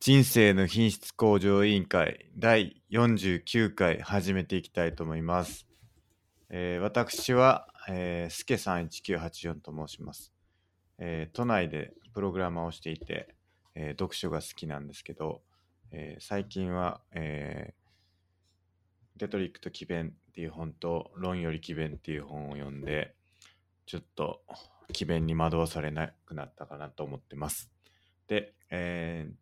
人生の品質向上委員会第49回始めていきたいと思います。えー私は、えー、すけさん1984と申します、えー都内でプログラマーをしていて、えー読書が好きなんですけど、えー最近は、えーレトリックと奇弁っていう本と論より奇弁っていう本を読んで、ちょっと奇弁に惑わされなくなったかなと思ってます。で、えー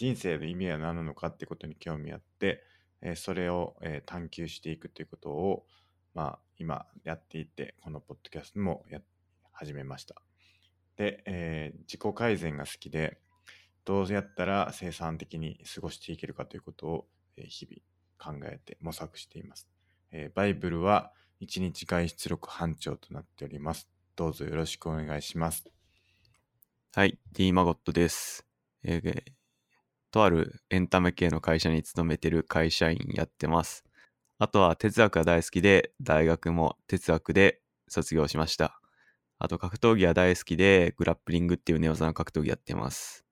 人生の意味は何なのかってことに興味あって、えーそれを、えー探求していくということを、まあ、今やっていてこのポッドキャストもや始めましたで、えー自己改善が好きでどうやったら生産的に過ごしていけるかということを、えー日々考えて模索しています、えーバイブルは1日外出力班長となっておりますどうぞよろしくお願いしますはい、D マゴットです。えーえーとあるエンタメ系の会社に勤めてる会社員やってます。あとは哲学が大好きで、大学も哲学で卒業しました。あと格闘技は大好きで、グラップリングっていうネオザの格闘技やってます。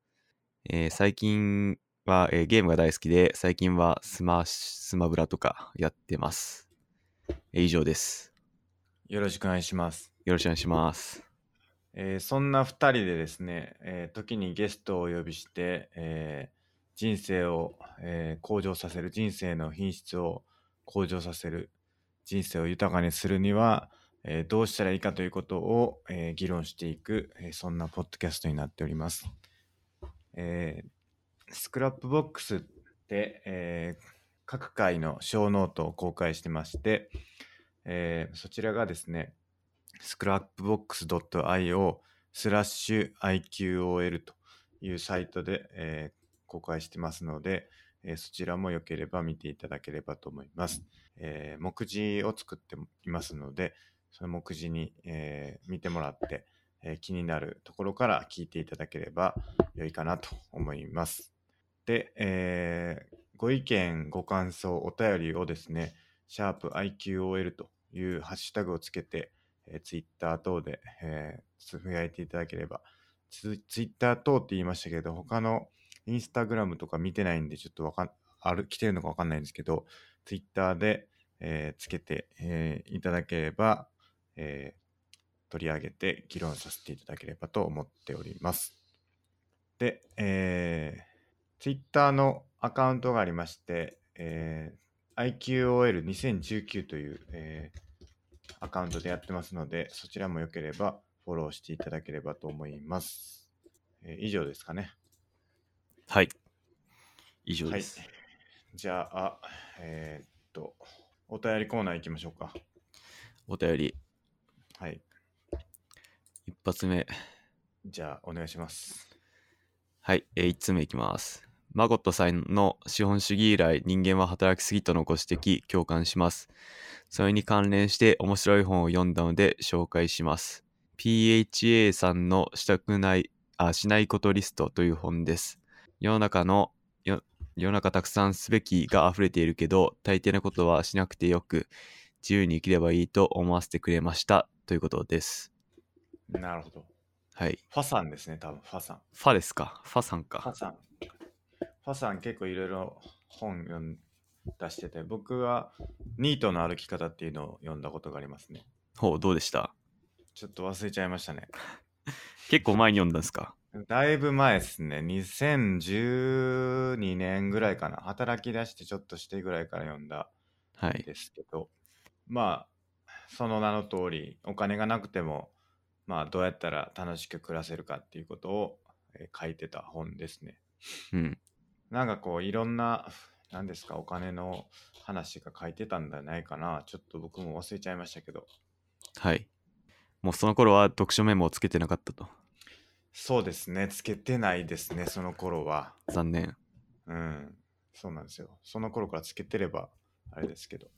えー最近は、えーゲームが大好きで、最近はスマスマブラとかやってます。えー以上です。よろしくお願いしますよろしくお願いします。えーそんな2人でですね、えー時にゲストをお呼びして、えー人生を、えー向上させる人生の品質を向上させる人生を豊かにするには、えーどうしたらいいかということを、えー議論していく、えーそんなポッドキャストになっております。えースクラップボックスで、えー各回の小ノートを公開してまして、えーそちらがですねスクラップボックス .io スラッシュ IQOL というサイトで、えー公開してますので、えーそちらもよければ見ていただければと思います。えー目次を作っていますので、その目次に、えー見てもらって、えー気になるところから聞いていただければ良いかなと思います。で、えーご意見、ご感想、お便りをですね、シャープ i q o l というハッシュタグをつけて、えー、ツイッター等で、えーつぶやいていただければツ、ツイッター等って言いましたけど、他のインスタグラムとか見てないんで、ちょっとわかん、ある、来てるのかわかんないんですけど、ツイッターで、えーつけて、えーいただければ、えー取り上げて議論させていただければと思っております。で、えー、ツイッターのアカウントがありまして、えー IQOL2019 という、えーアカウントでやってますので、そちらもよければフォローしていただければと思います。えー以上ですかね。はい。以上です。はい。じゃあ、えーっと、お便りコーナー行きましょうか。お便り、はい。一発目。じゃあ、お願いします。はい、えー、1つ目いきます。マゴットさんの資本主義以来人間は働きすぎとのご指摘共感します。それに関連して面白い本を読んだので紹介します。PHA さんのしたくない、あ、しないことリストという本です。世の中の、よ世の中たくさんすべきが溢れているけど、大抵のことはしなくてよく、自由に生きればいいと思わせてくれました。ということです。なるほど。はい。ファさんですね、多分ファさん。ファですかファさんファか。さん。ファさん結構いろいろ本読ん出してて、僕はニートの歩き方っていうのを読んだことがありますね。ほう、どうでしたちょっと忘れちゃいましたね。結構前に読んだんですかだいぶ前ですね。2012年ぐらいかな。働き出してちょっとしてぐらいから読んだはい。ですけど、まあ、その名の通り、お金がなくても、まあ、どうやったら楽しく暮らせるかっていうことを、えー書いてた本ですね。うん。なんかこういろんな何ですかお金の話が書いてたんじゃないかなちょっと僕も忘れちゃいましたけどはい。もうその頃は読書メモをつけてなかったと。そうですねつけてないですねその頃は残念。うんそうなんですよその頃からつけてればあれですけど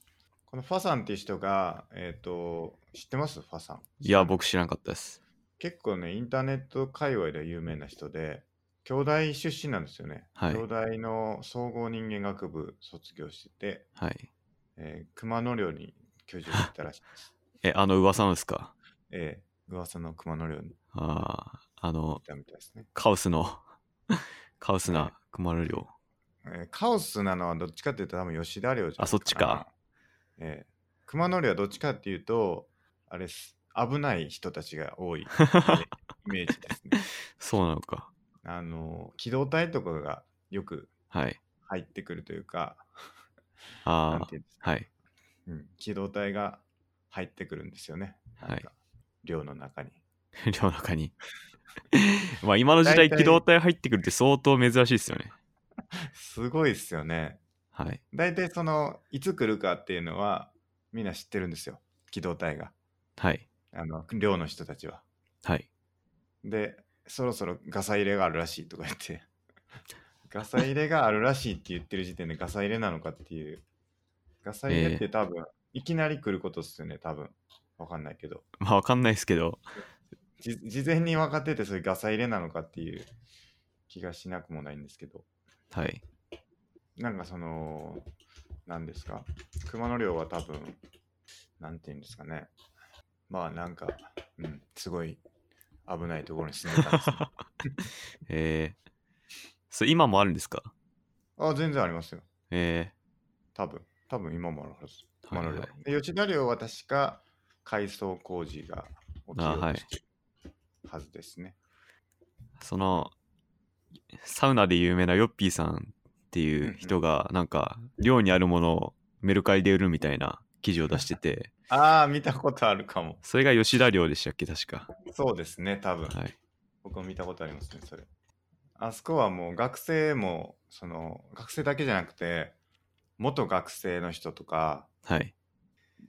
このファさんっていう人がえっ、と知ってますファさんいや、僕知らなかったです。結構ねインターネット界隈では有名な人で兄弟出身なんですよね、はい兄弟の総合人間学部卒業してて、はい。えー熊野寮に居住してたらしいですえ、あの噂のですかええ、噂の熊の寮にいああ、あの、たみたいですね。 カオスの、カオスはいな熊野寮。えーカオスなのはどっちかっていうと多分吉田寮じゃないなあそっちか。えー熊野寮はどっちかっていうと、あれっす危ない人たちが 多いイメージですね。そうなのか。あの、機動隊とかがよくはい。入ってくるというか、なんあていうんですかあ、はい。うん、機動隊が入ってくるんですよね。はいなんか寮の中に。 寮の中に。まあ今の時大代、体機動隊入ってくるって相当珍しいですよね。すごいっすよね。はい。大体その、いつ来るかっていうのは、みんな知ってるんですよ。機動隊が。はい。あの、寮の人たちは。はい。で、そろそろガサ入れがあるらしいとか言って、 ガサ入れがあるらしいって言ってる時点でガサ入れなのかっていう。ガサ入れって多分、いきなり来ることっすよね、多分。わかんないけど。まあわかんないですけど、じ事前に分かってて、それガサ入れなのかっていう気がしなくもないんですけど。 はい。なんかその、なんですか。熊野寮は多分、なんていうんですかね。まあなんか、うん、すごい危ないところに住んでたんですよえー、それ今もあるんですかあ、全然ありますよ。え多分多分今もあるはず。ー、はいはい、で吉田寮は確か改装工事が起きようとしてるはずですね。その、サウナで有名なヨッピーさんっていう人が、なんか、寮にあるものをメルカリで売るみたいな記事を出してて、ああ、見たことあるかも。それが吉田寮でしたっけ、確か。そうですね、多分。はい。僕も見たことありますね、それ。あそこはもう学生も、その、学生だけじゃなくて、元学生の人とか、はい。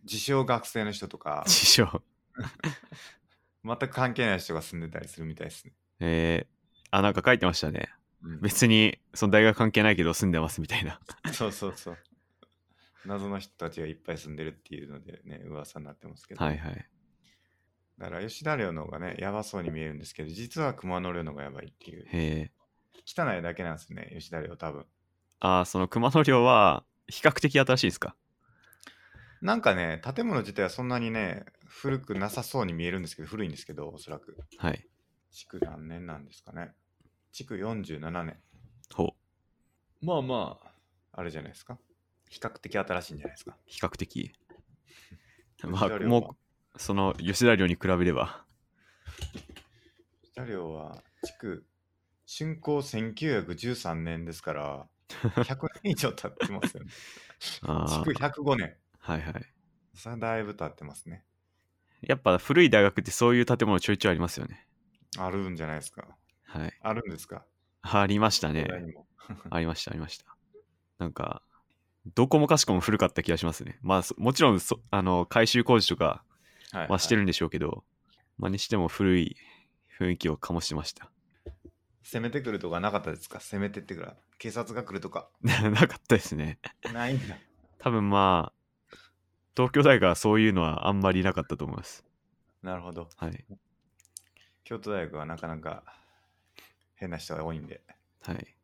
自称学生の人とか、師匠。全く関係ない人が住んでたりするみたいですね。えー、あ、なんか書いてましたね。うん別に、その大学関係ないけど住んでますみたいな。そうそうそう。謎の人たちがいっぱい住んでるっていうのでね、噂になってますけど。はいはい。だから吉田寮の方がね、やばそうに見えるんですけど、実は熊野寮の方がやばいっていう。えー、汚いだけなんですね、吉田寮多分。あー、その熊野寮は、比較的新しいですかなんかね、建物自体はそんなにね、古くなさそうに見えるんですけど、古いんですけど、おそらく。はい。築何年なんですかね。築47年。ほう。まあまあ、あれじゃないですか。比較的新しいんじゃないですか。比較的。 ま吉田あ、寮はもう、その、吉田寮に比べれば。吉田寮は築、竣工1913年ですから、100年以上経ってますよね。 あ築ー105年。はいはい。さあ、だいぶ経ってますね。やっぱ古い大学ってそういう建物ちょいちょいありますよね。あるんじゃないですか。はい。あるんですかありましたね東。大にもありました、ありました。なんか、どこもかしこも古かった気がしますね。まあ、そもちろんそ、あの、改修工事とかはいはしてるんでしょうけど、まあ、にしても古い雰囲気を醸してました。 攻めてくるとかなかったですか攻めてってくる警察が来るとかなかったですね。ない んだ多分まあ、東京大学はそういうのはあんまりなかったと思います。なるほどはい。京都大学はなかなか変な人が多いんではい。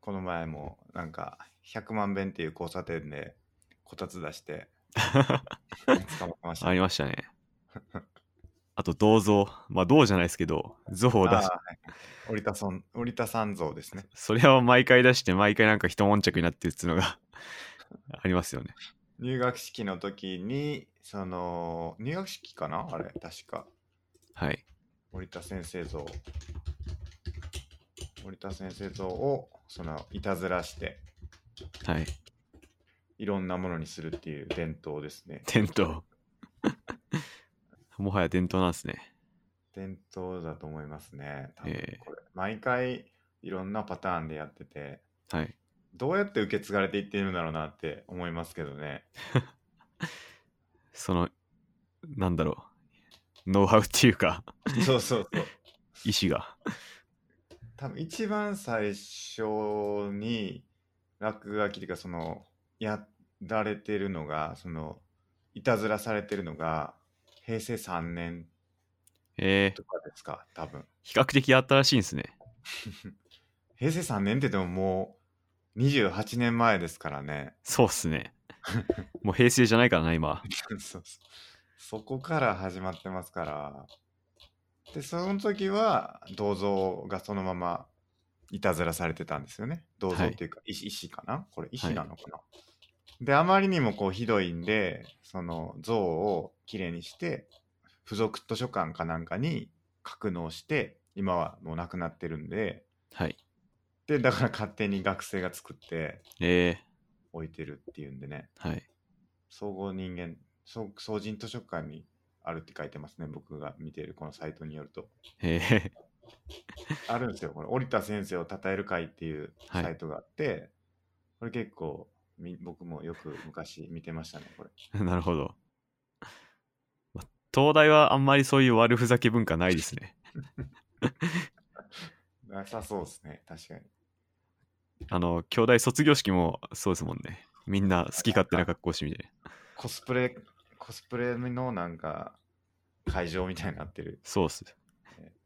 この前もなんか100万遍っていう交差点でこたつ出して捕まってま したありました ね。あと、銅像。まあ、銅じゃないですけど、像を出しああはい折田さん折田三像ですねそれを毎回出して毎回なんか一悶着になってるっつうのがありますよね。入学式の時にその入学式かなあれ確かはい。森田先生像森田先生像をそのいたずらしてはい。いろんなものにするっていう伝統ですね伝統。 もはや伝統なんですね。伝統だと思いますね多分これ、え毎回いろんなパターンでやっててはい。どうやって受け継がれていっているんだろうなって思いますけどね その、なんだろう。ノウハウっていうか、そうそうそう意思が。多分一番最初に落書きというかそのやられてるのがそのいたずらされてるのが平成3年えー、とかですか多分比較的新しいんですね。平成3年ってでももう28年前ですからね そうっすね。もう平成じゃないからな、今。そうそうそこから始まってますからでその時は銅像がそのままいたずらされてたんですよね。銅像はいっていうか、医師医師かなこれ、医師なのかな、で、あまりにもこうひどいんで、その像をきれいにして、付属図書館かなんかに格納して、今はもうなくなってるんで、はい。で、だから勝手に学生が作ってえ置いてるっていうんでね、ー、はい。総合人間、総総人図書館にあるって書いてますね、僕が見ているこのサイトによると。えー、あるんですよ。これ、織田先生を称える会っていうはいサイトがあって、これ結構み、僕もよく昔見てましたね、これ。 なるほど。ま東大はあんまりそういう悪ふざけ文化ないですね。なさそうですね、確かに。あの、兄弟卒業式もそうですもんね。みんな好き勝手な格好してみて。コスプレ、コスプレのなんか、会場みたいになってる。そうっす。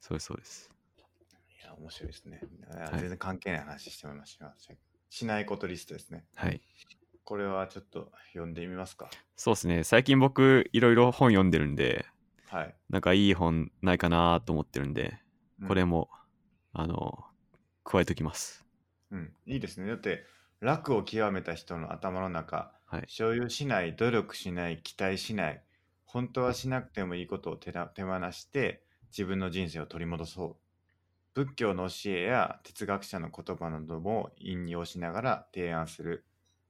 そうです、そうです。いや、面白いですね。あはい全然関係ない話してました。しないことリストですね。はい。これはちょっと読んでみますか。そうですね。最近僕、いろいろ本読んでるんで、はい。なんかいい本ないかなと思ってるんで、うんこれも、あの、加えときます。うん、いいですね。だって、楽を極めた人の頭の中、はい所有しない、努力しない、期待しない、本当はしなくてもいいことを手だ手放して、自分の人生を取り戻そう。仏教の教えや哲学者の言葉なども引用しながら提案する、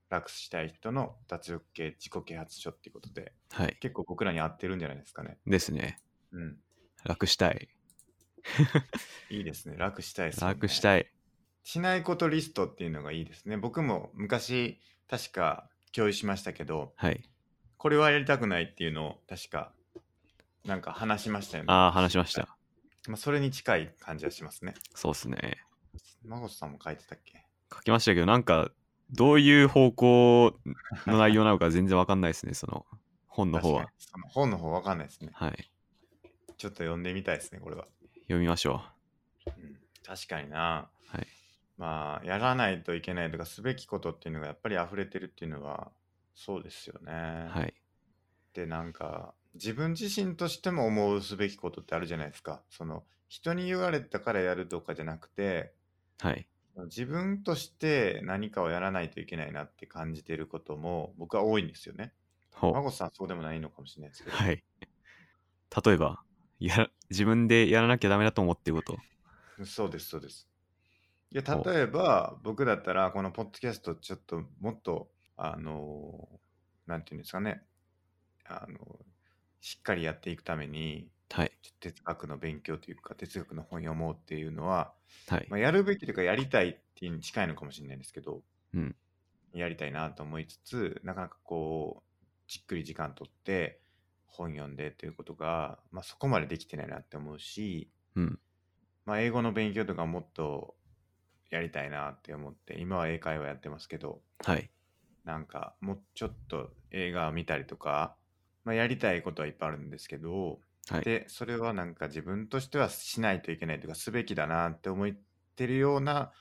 楽したい人の脱力系自己啓発書っていうことで、はい。結構僕らに合ってるんじゃないですかね。ですね。うん。楽したい。いいですね。楽したいです、ね。楽したい。しないことリストっていうのがいいですね。僕も昔、確か共有しましたけど、はい。これはやりたくないっていうのを確か、なんか話しましたよね。ああ、話しました。まあ、それに近い感じはしますね。そうですね。マゴトさんも書いてたっけ書きましたけど、なんか、どういう方向の内容なのか全然わかんないですね、その本の方確はか。にその本の方わかんないですね。はい。ちょっと読んでみたいですね、これは。読みましょうん、確かにな。はいまあ、やらないといけないとか、すべきことっていうのがやっぱり溢れてるっていうのは、そうですよね。う。はい。でなんか自分自身としても思うすべきことってあるじゃないですかその人に言われたからやるとかじゃなくてはい。自分として何かをやらないといけないなって感じてることも僕は多いんですよね。ほまう。こさんそうでもないのかもしれないですけど、はい。例えば、やら自分でやらなきゃダメだと思ってること。そうですそうです。いやほう例えば僕だったらこのポッドキャストちょっともっとあのなんていうんですかねあのしっかりやっていくためにはい。ちょっと哲学の勉強というか哲学の本読もうっていうのははいま。あ、やるべきというかやりたいっていうに近いのかもしれないんですけど、うんやりたいなと思いつつなかなかこうじっくり時間取って本読んでということが、まあ、そこまでできてないなって思うし、うん。まあ、英語の勉強とかもっとやりたいなって思って今は英会話やってますけどはい。なんかもうちょっと映画を見たりとか、まあ、やりたいことはいっぱいあるんですけどはい。でそれはなんか自分としてはしないといけないというかすべきだなって思ってるような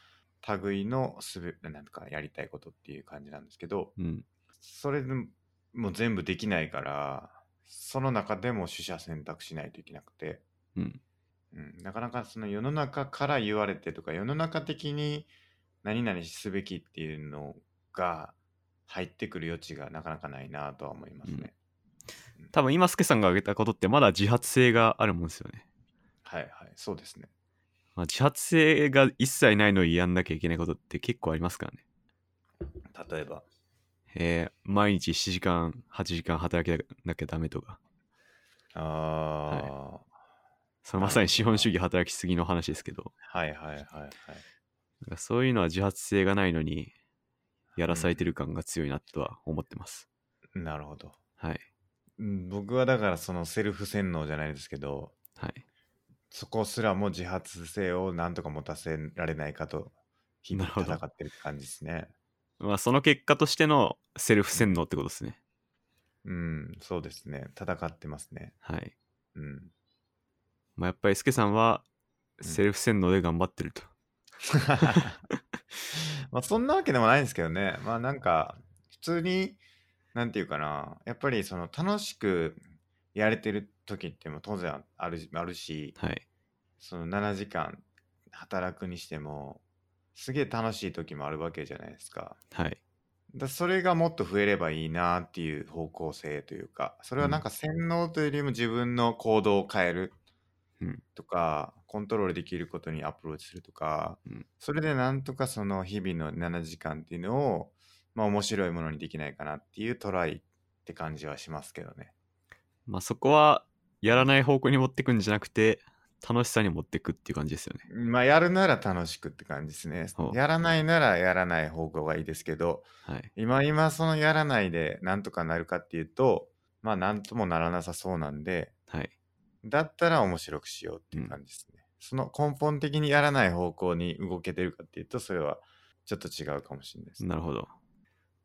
類のすべなんとかやりたいことっていう感じなんですけどうん。それでももう全部できないからその中でも取捨選択しないといけなくて、うん。うん、なかなかその世の中から言われてとか世の中的に何々すべきっていうのが入ってくる余地がなかなかないなとは思いますね。多分今、スケさんが挙げたことってまだ自発性があるもんですよね。はいはいそうですね。まあ、自発性が一切ないのにやんなきゃいけないことって結構ありますからね。例えばえー毎日7時間、8時間働けなきゃダメとか。ああ、それまさに資本主義働きすぎの話ですけど、はいはいはいはい。なんかそういうのは自発性がないのに、やらされてる感が強いなとは思ってます。なるほど。はい。うん僕はだからそのセルフ洗脳じゃないですけど、はい。そこすらも自発性をなんとか持たせられないかと、日々なるほ戦どってる感じですね。まあ、その結果としてのセルフ洗脳ってことですね。うん、そうですね。戦ってますね。はい。うん。まあ、やっぱり、スケさんは、うんセルフ洗脳で頑張ってると。 まあそんなわけでもないんですけどね。まあなんか、普通に、なんていうかな、やっぱりその楽しくやれてる時っても当然あるあるし、はい。その7時間働くにしてもすげえ楽しい時もあるわけじゃないですか。はい。だそれがもっと増えればいいなっていう方向性というかそれはなんか洗脳というよりも自分の行動を変えるうんとか、コントロールできることにアプローチするとか、うんそれでなんとかその日々の7時間っていうのを、まあ、面白いものにできないかなっていうトライって感じはしますけどね。まあそこは、やらない方向に持ってくんじゃなくて、楽しさに持ってくっていう感じですよね。まあやるなら楽しくって感じですねほ。うやらないならやらない方向がいいですけどはい。今今そのやらないでなんとかなるかっていうとまあなんともならなさそうなんではい。だったら面白くしようっていう感じですね。その根本的にやらない方向に動けてるかっていうと、それはちょっと違うかもしれないです。なるほど。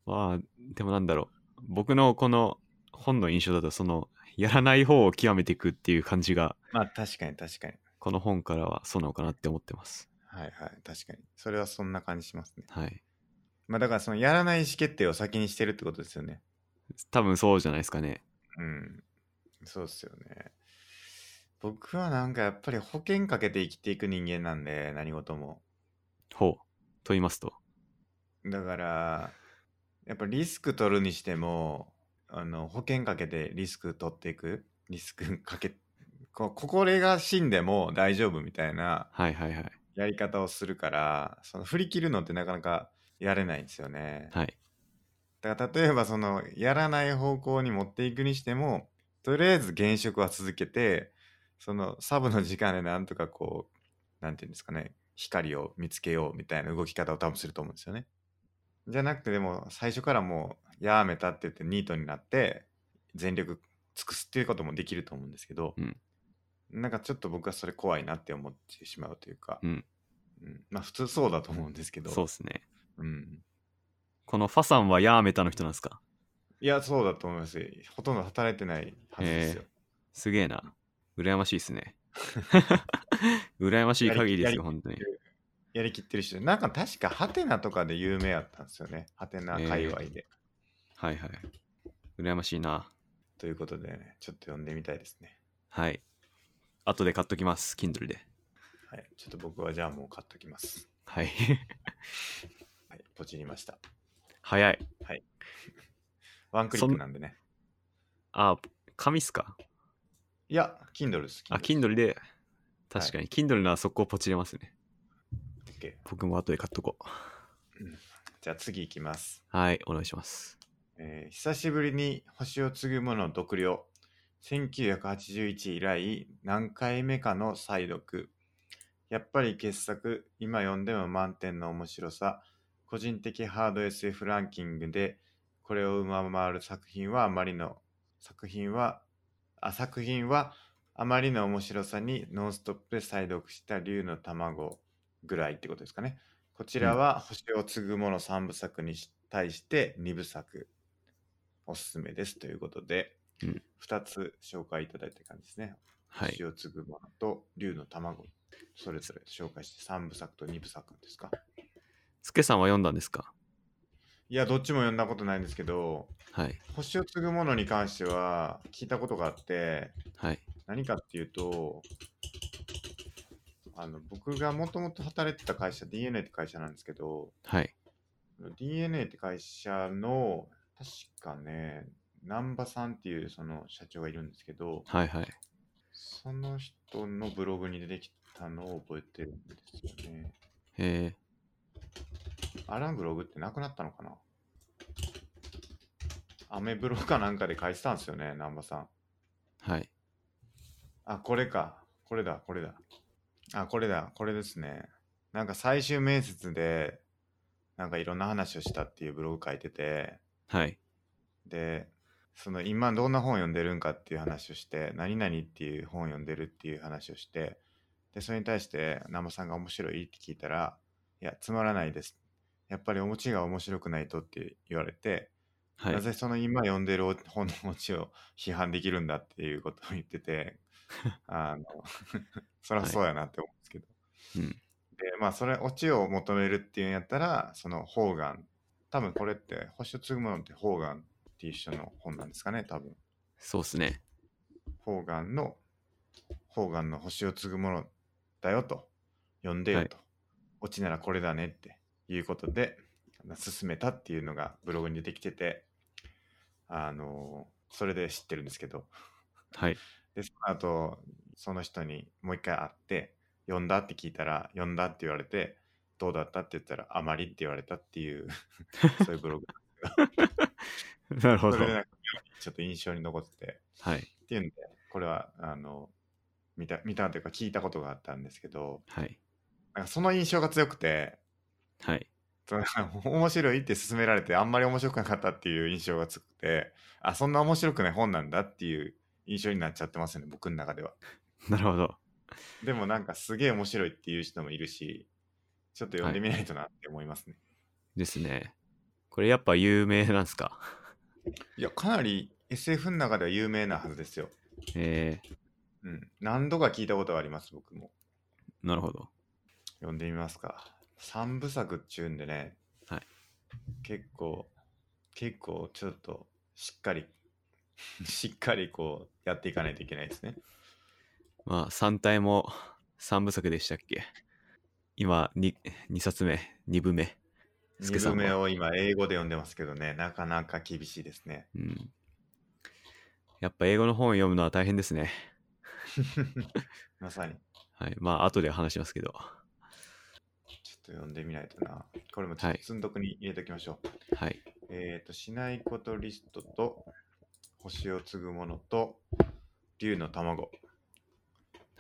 まあ、でもなんだろう。僕のこの本の印象だと、その、やらない方を極めていくっていう感じが、まあ確かに確かに。この本からはそうなのかなって思ってます。はいはい、確かに。それはそんな感じしますね。はい。まあだからそのやらない意思決定を先にしてるってことですよね。多分そうじゃないですかね。うん。そうですよね。僕はなんかやっぱり保険かけて生きていく人間なんで、何事も。ほう。と言いますと。だから、やっぱリスク取るにしても、あの保険かけてリスク取っていく、リスクかけ、 こここれが死んでも大丈夫みたいなはいはいはい。やり方をするから、その振り切るのってなかなかやれないんですよね。はい。だから例えばそのやらない方向に持っていくにしても、とりあえず現職は続けて、そのサブの時間でなんとかこう、なんていうんですかね、光を見つけようみたいな動き方を多分すると思うんですよね。じゃなくてでも最初からもうやめたって言ってニートになって全力尽くすっていうこともできると思うんですけど、うんなんかちょっと僕はそれ怖いなって思ってしまうというか、うんうんまあ普通そうだと思うんですけど、そうですね。うん、このファさんはヤーメタの人なんですかいや、そうだと思います。ほとんど働いてないはずですよ。すげえな。羨ましいですね。 羨ましい限りですよ、本当に。やりきってる人。なんか確か、ハテナとかで有名やったんですよね。ハテナ界隈で。はいはい。羨ましいな。ということでね、ちょっと読んでみたいですね。はい。後で買っときます、Kindle で。はい。ちょっと僕はじゃあもう買っときます。はい。 はい。ポチりました。早い。ワンクリックなんでね。あ、紙っすかいや、Kindle です。あ、Kindle で。確かに、Kindle なら速攻ポチれますね。 OK 僕も後で買っとこう。じゃあ次いきます。はい、お願いします。えー久しぶりに星を継ぐ者の読了1981以来何回目かの再読やっぱり傑作今読んでも満点の面白さ個人的ハード SF ランキングでこれを上回る作品はあまりの作品はあ作品はあまりの面白さにノンストップで再読した竜の卵ぐらいってことですかねこちらは星を継ぐもの3部作にし対して2部作おすすめですということで、うん2つ紹介いただいた感じですね。はい星。を継ぐものと竜の卵、それぞれ紹介して3部作と2部作ですか。つけさんは読んだんですかいや、どっちも読んだことないんですけど、はい。星を継ぐものに関しては聞いたことがあって、はい。何かっていうと、あの僕がもともと働いてた会社、DNA って会社なんですけど、はい。 DNA って会社の、確かね、南波さんっていうその社長がいるんですけど、はいはい。その人のブログに出てきたのを覚えてるんですよね。えアランブログってなくなったのかなアメブロかなんかで書いてたんですよね、南波さん。ー、はい。あ、これか。これだ、これだ。あ、これだ、これですね。なんか最終面接で、なんかいろんな話をしたっていうブログ書いてて、はい。でその今どんな本読んでるんかっていう話をして何々っていう本読んでるっていう話をしてでそれに対して南波さんが面白いって聞いたらいやつまらないですやっぱりお餅が面白くないとって言われて、はいな。ぜその今読んでる本のお餅を批判できるんだっていうことを言って てあの そりゃそうやなって思うんですけど、うん。でまあそれオチを求めるっていうんやったらその方眼多分これって星を継ぐものって方眼っていう人の本なんですかね多分そうっすね。方眼の方眼の星を継ぐものだよと呼んでよと、オチならこれだねっていうことで進めたっていうのがブログに出てきててあのそれで知ってるんですけどはい。 でその後その人にもう一回会って「呼んだ?」って聞いたら「呼んだ?」って言われて「どうだった?」って言ったら「あまり」って言われたっていう そういうブログなるほそど。れでなはんかちょっと印象に残っててい。っていうんでこれはあの見た見たというか聞いたことがあったんですけどはい。なんかその印象が強くてはい。 その面白いって勧められてあんまり面白くなかったっていう印象がつくてあそんな面白くない本なんだっていう印象になっちゃってますね僕の中ではなるほど。でもなんかすげえ面白いっていう人もいるしちょっと読んでみないとなって思いますね、ですね。これやっぱ有名なんですか い、やかなり SF の中では有名なはずですよえうん何度か聞いたことがあります僕もー、なるほど。読んでみますか3部作っちゅうんでね、はい結構結構ちょっとしっか りしっかりこうやっていかないといけないですねまあ、3体も3部作でしたっけ今2、2冊目、2部目。 スケ2さ部んは目を今英語で読んでますけどねなかなか厳しいですねうん。やっぱ英語の本を読むのは大変ですね。まさにはい。まあ、後で話しますけちど。ょっと読んでみないとなこれもちょっと積んどくに入れておきましょう、はい。えっ、としないことリストと星を継ぐものと竜の卵はこ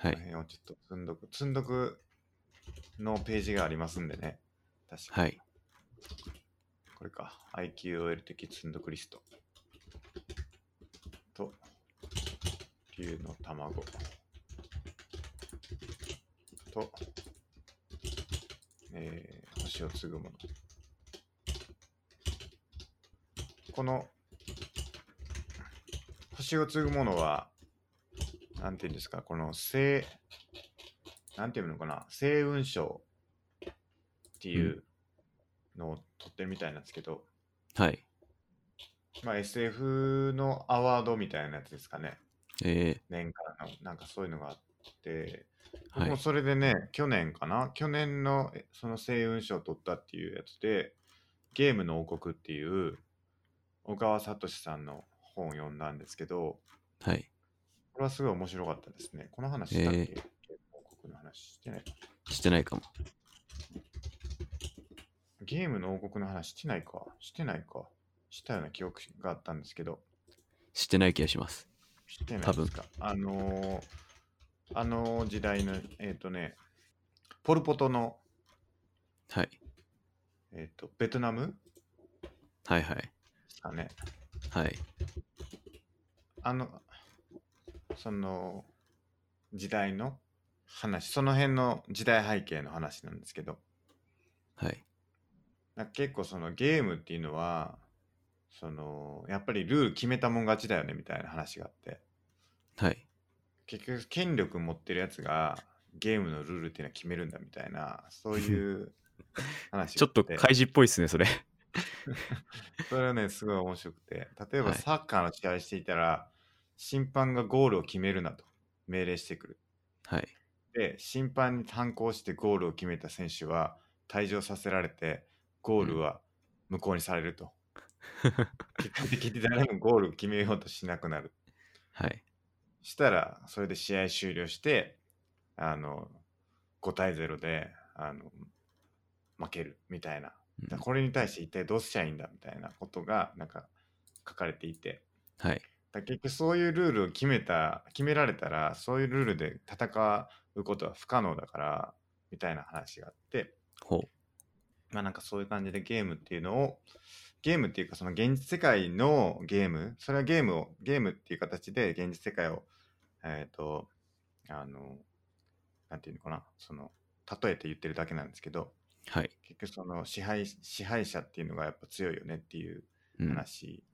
のい。辺をちょっと積んどく、積んどくのページがありますんでね。確かに。はい。これか。IQOL 的積んどくリスト。と、竜の卵。と、えー星を継ぐもの。この、星を継ぐものは、なんていうんですか、この性、なんていうのかな、星雲賞っていうのを取ってるみたいなんですけど、はい。まあ SF のアワードみたいなやつですかね、え年間の、なんかそういうのがあって、ー、はもうい。それでね、去年かな、去年のえその星雲賞を取ったっていうやつで、ゲームの王国っていう小川聡さんの本を読んだんですけど、はい。これはすごい面白かったですね。この話したっけ、えゲーム王国の話してないしてないかも。ゲームの王国の話してないかしてないかしたような記憶があったんですけど、してない気がします。してないですかあのーあの時代の、えっ、とね、ポルポトの、はい。えっ、と、ベトナムはいはい。ですかね。はい。あの、その時代の話、その辺の時代背景の話なんですけど、はい。なんか結構そのゲームっていうのは、その、やっぱりルール決めたもん勝ちだよねみたいな話があって、はい。結局権力持ってるやつがゲームのルールっていうのは決めるんだみたいなそういう話 ちょっとがあ開示っぽいっすね、それ。それはねすごい面白くて例えばはいサッカーの試合していたら、審判がゴールを決めるなと命令してくるはい。で審判に反抗してゴールを決めた選手は退場させられてゴールは無効にされると、結果的に誰もゴールを決めようとしなくなるはい。したらそれで試合終了してあの5対0であの負けるみたいなうんだからこれに対して一体どうしたらいいんだみたいなことがなんか書かれていてはい。だから結局そういうルールを決めた決められたらそういうルールで戦うことは不可能だからみたいな話があってほう。まあなんかそういう感じでゲームっていうのをゲームっていうかその現実世界のゲームそれはゲームをゲームっていう形で現実世界をえっ、とあのなんていうのかなその例えて言ってるだけなんですけどはい。結局その支配支配者っていうのがやっぱ強いよねっていううん。話、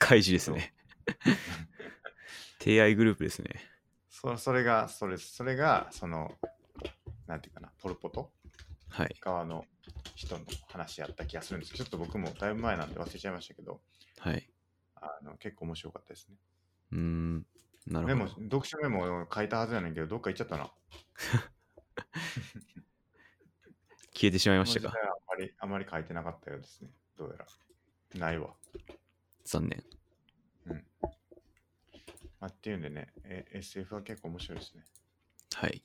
開示ですね。提愛グループですね。そそれがそれそれがそのなんていうかなポルポトはい。側の人の話やった気がするんですけどちょっと僕もだいぶ前なんで忘れちゃいましたけどはい。あの結構面白かったですねうーん。なメるほモど。読書メモを書いたはずやねんけどどっか行っちゃったな消えてしまいまましたか。あまり、あまり書いてなかったようですね。どうやら。ないわ。残念。まあ、っていうんでね、え SF は結構面白いですね。はい。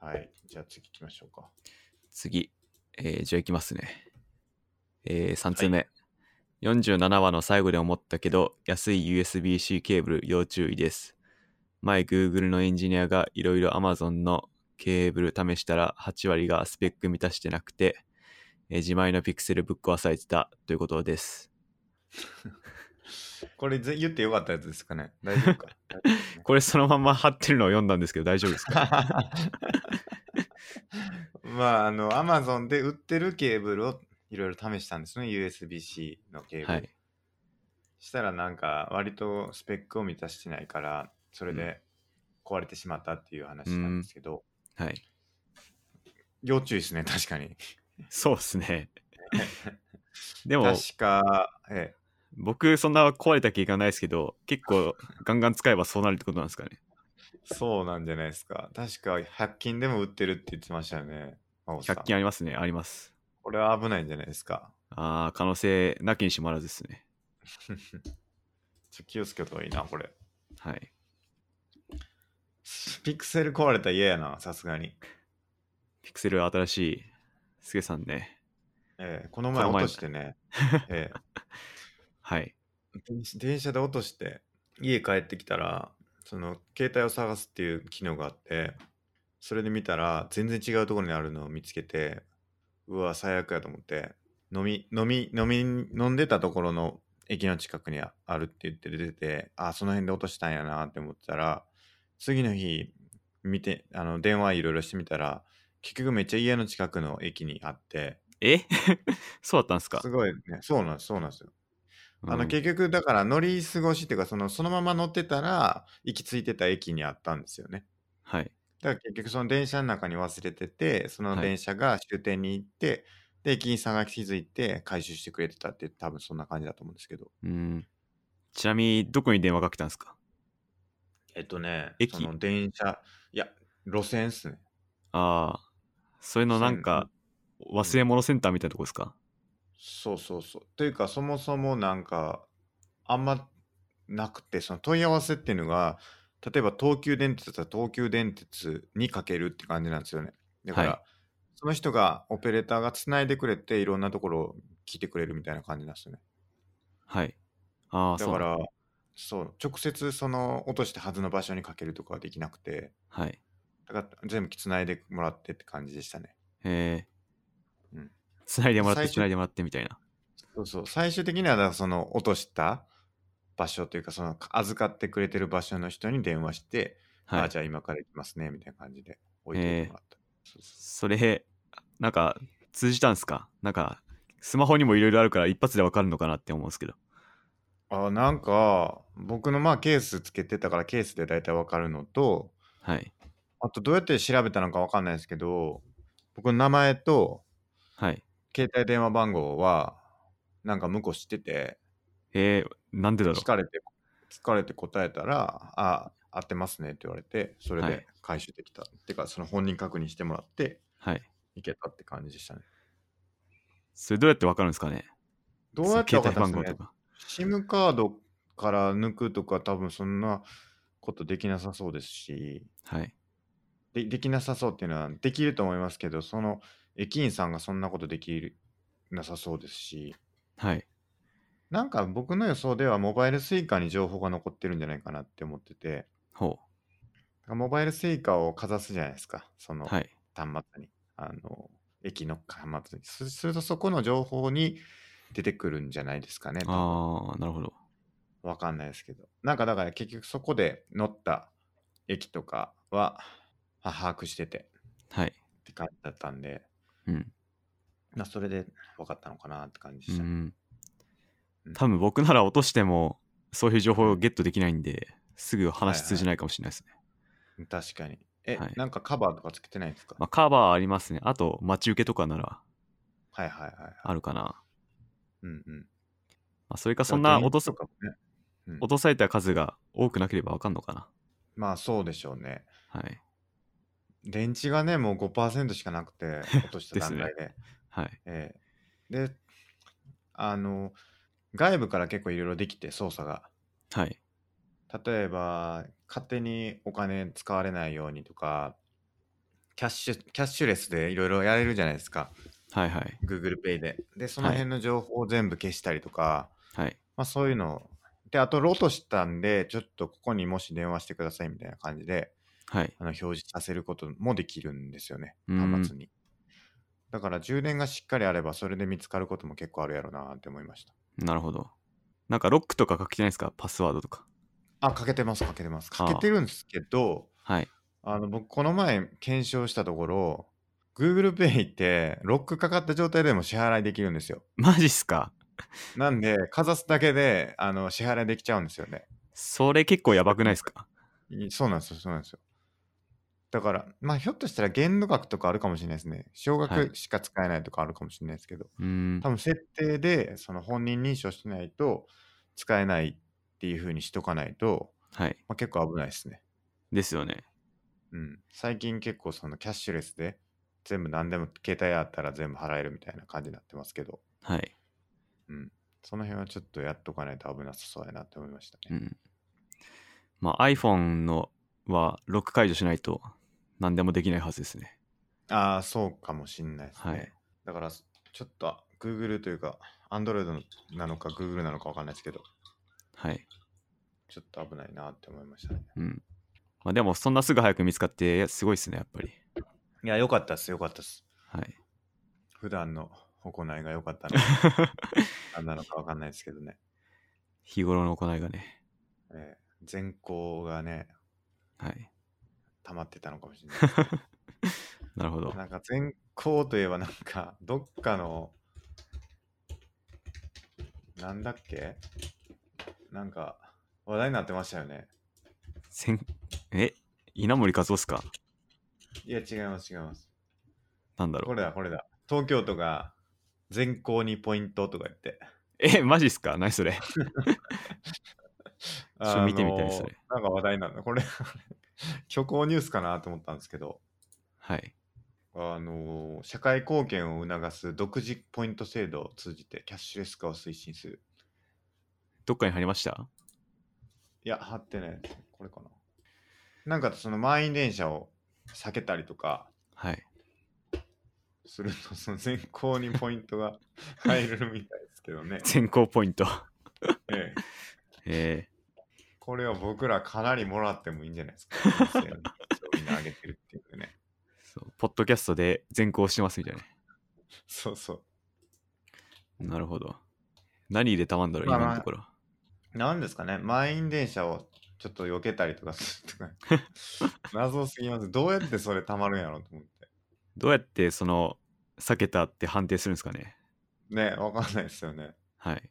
はい。じゃあ次行きましょうか。次。えーじゃあいきますね。え3通目。47話の最後で思ったけど、安い USB-C ケーブル要注意です。前 Google のエンジニアがいろいろ Amazon のケーブル試したら8割がスペック満たしてなくて、えー自前のピクセルぶっ壊されてたということです。これぜ言ってよかったやつですかね。大丈夫か。これそのまま貼ってるのを読んだんですけど大丈夫ですかまあ、あの、Amazon で売ってるケーブルをいろいろ試したんですね。USB-C のケーブル。はい。したらなんか、割とスペックを満たしてないから、それで壊れてしまったっていう話なんですけど、はい。要注意ですね、確かに。そうで すね。でも、確か、ええ、僕そんな壊れた経験はないですけど 結構ガンガン使えばそうなるってことなんですかねそうなんじゃないですか。確か、100均でも売ってるって言ってましたよね。真帆さん100均ありますねありますこれは危ないんじゃないですか。あー可能性なきにしもあらずですねちょ気をつけた方がいいな、これ。はいピクセル壊れたら嫌やな、さすがに。ピクセルは新しいすげさんねええ、この前この落前としてね、えはいえ、電車電車で落として、家帰ってきたら、その、携帯を探すっていう機能があって、それで見たら、全然違うところにあるのを見つけて、うわ、最悪やと思って、飲み、飲み、飲み、飲んでたところの駅の近くにああるって言って出てて、あ、その辺で落としたんやなって思ってたら、次の日、見て、あの、電話いろいろしてみたら、結局めっちゃ家の近くの駅にあって、え そうだったんですかすごいね、そうなんです、そうなんですよ。あうのん結局だから乗り過ごしっていうかそのそのまま乗ってたら行き着いてた駅にあったんですよね。はいだから結局その電車の中に忘れててそのはい電車が終点に行って、で駅員さんが気づいて回収してくれてたって多分そんな感じだと思うんですけど。うんちなみにどこに電話かけたんですかえっとね駅その電車いや路線っすね。ああそれのなんか忘れ物センターみたいなとこですかそうそうそう。というかそもそもなんかあんまなくてその問い合わせっていうのが例えば東急電鉄だったら東急電鉄にかけるって感じなんですよね。だから、はいその人がオペレーターがつないでくれていろんなところを聞いてくれるみたいな感じなんですよね。はいああだそうかなんだらそう直接その落としたはずの場所にかけるとかはできなくてはいだから全部つないでもらってって感じでしたね。えうーんつないでもらっ最て初つないでもらってみたいなそうそう最終的にはだからその落とした場所というかその預かってくれてる場所の人に電話して、はいあじゃあ今から行きますねみたいな感じで置いてもらった、そうそそれ、なんか、通じたんすかなんか、スマホにもいろいろあるから一発でわかるのかなって思うんですけど。うあなんか僕のまあケースつけてたからケースで大体わかるのとはい。あとどうやって調べたのかわかんないですけど僕の名前とはい。携帯電話番号はなんか向こう知っててえー、なんでだろ聞かれて聞かれて答えたら「あ合ってますね」って言われてそれはでい回収できた、ってかその本人確認してもらってう。はい。いけたって感じでしたね。それどうやってわかるんですかねどうやって分か携っ帯た番ん号ですかとねか。 ?SIM カードから抜くとか多分そんなことできなさそうですし、はい。でできなさそうっていうのはできると思いますけど、その駅員さんがそんなことできるなさそうですし、はい。なんか僕の予想ではモバイルスイカに情報が残ってるんじゃないかなって思ってて、ほモバイルスイカをかざすじゃないですか、そのう。はい。端末に、あの、駅の端末に。すするとそこの情報に出てくるんじゃないですかね。多分あー、なるほど。わかんないですけど。なんかだから結局そこで乗った駅とかはあ把握しててはい。って感じだったんで、うん。まあそれで分かったのかなって感じでうしたね。んうん。多分僕なら落としても、そういう情報をゲットできないんで、すぐ話通じないかもしれないですね。確かに。え、はいなんかカバーとかつけてないんですか、まあ、カバーありますね。あと、待ち受けとかならはいはいはいはい。あるかな。まうんうん。あ、それかそんな落とすだから電池とかもね、うん落とされた数が多くなければわかんのかな。まあそうでしょうね。はい。電池がね、もう5%しかなく て、落としたです段ね階で。はい。ええで、あの、外部から結構いろいろできて、操作が。はい。例えば、勝手にお金使われないようにとか、キャッシュ、キャッシュレスでいろいろやれるじゃないですか。はいはい。 Google Pay で。で、その辺の情報を全部消したりとか、はい。まあそういうのを。で、あと、ロトしたんで、ちょっとここにもし電話してくださいみたいな感じで、はい。あの表示させることもできるんですよね、うん端末に。だから充電がしっかりあれば、それで見つかることも結構あるやろうなって思いました。なるほど。なんかロックとか書けてないですかパスワードとか。あ、かけてます、かけてます。あかあけてるんですけど、はい。あの僕、この前検証したところ、Google Pay ってロックかかった状態でも支払いできるんですよ。マジっすかなんで、かざすだけであの支払いできちゃうんですよね。それ結構やばくないですかいそうなんですよ、そうなんですよ。だから、まあ、ひょっとしたら限度額とかあるかもしれないですね。少はい額しか使えないとかあるかもしれないですけど、うーん。多分設定でその本人認証してないと使えないっていう風にしとかないと、はい。まあ、結構危ないですね。ですよね。うん。最近結構そのキャッシュレスで全部何でも携帯あったら全部払えるみたいな感じになってますけど、はい。うん。その辺はちょっとやっとかないと危なさそうやなって思いましたうね。ん。まあ iPhone のはロック解除しないと何でもできないはずですね。ああ、そうかもしんないですね。はいだから、ちょっと Google というか、Android なのか Google なのかわかんないですけど、はい。ちょっと危ないなって思いましたね。うん。まあでもそんなすぐ早く見つかっていやすごいですね、やっぱり。いや、良かったです、良かったです。はい。 普段の行いが良かったな。何なのかわかんないですけどね。日頃の行いがね。えー善行がね、はい。溜まってたのかもしれないですけなるほどど。。なんか善行といえばなんか、どっかの、なんだっけなんか、話題になってましたよね。せんえ稲森和夫っすかいや、違います、違います。なんだろこう。れだ、これだ。東京都が全校にポイントとか言って。 え、マジっすか何それ。ょあの見てみたいそれなんか話題なんだ。これ、 虚構ニュースかなと思ったんですけど、はい。あの、社会貢献を促す独自ポイント制度を通じてキャッシュレス化を推進する。どっかに貼りましたいや、貼ってないですね。これかな。なんかその満員電車を避けたりとかはい。すると、その全校にポイントが入るみたいですけどね。全校ポイント。 えええーこれは僕らかなりもらってもいいんじゃないですか。そうみんなあげてるっていうんでね。そうポッドキャストで全校してますみたいな。そうそなるほど。何入れたまんだろう、まあまあ今のところ。う。なんですかね、満員電車をちょっと避けたりとかするとか、謎すぎます。どうやってそれたまるんやろうと思って。どうやってその、避けたって判定するんですかね。ね、わかんないですよね。はい。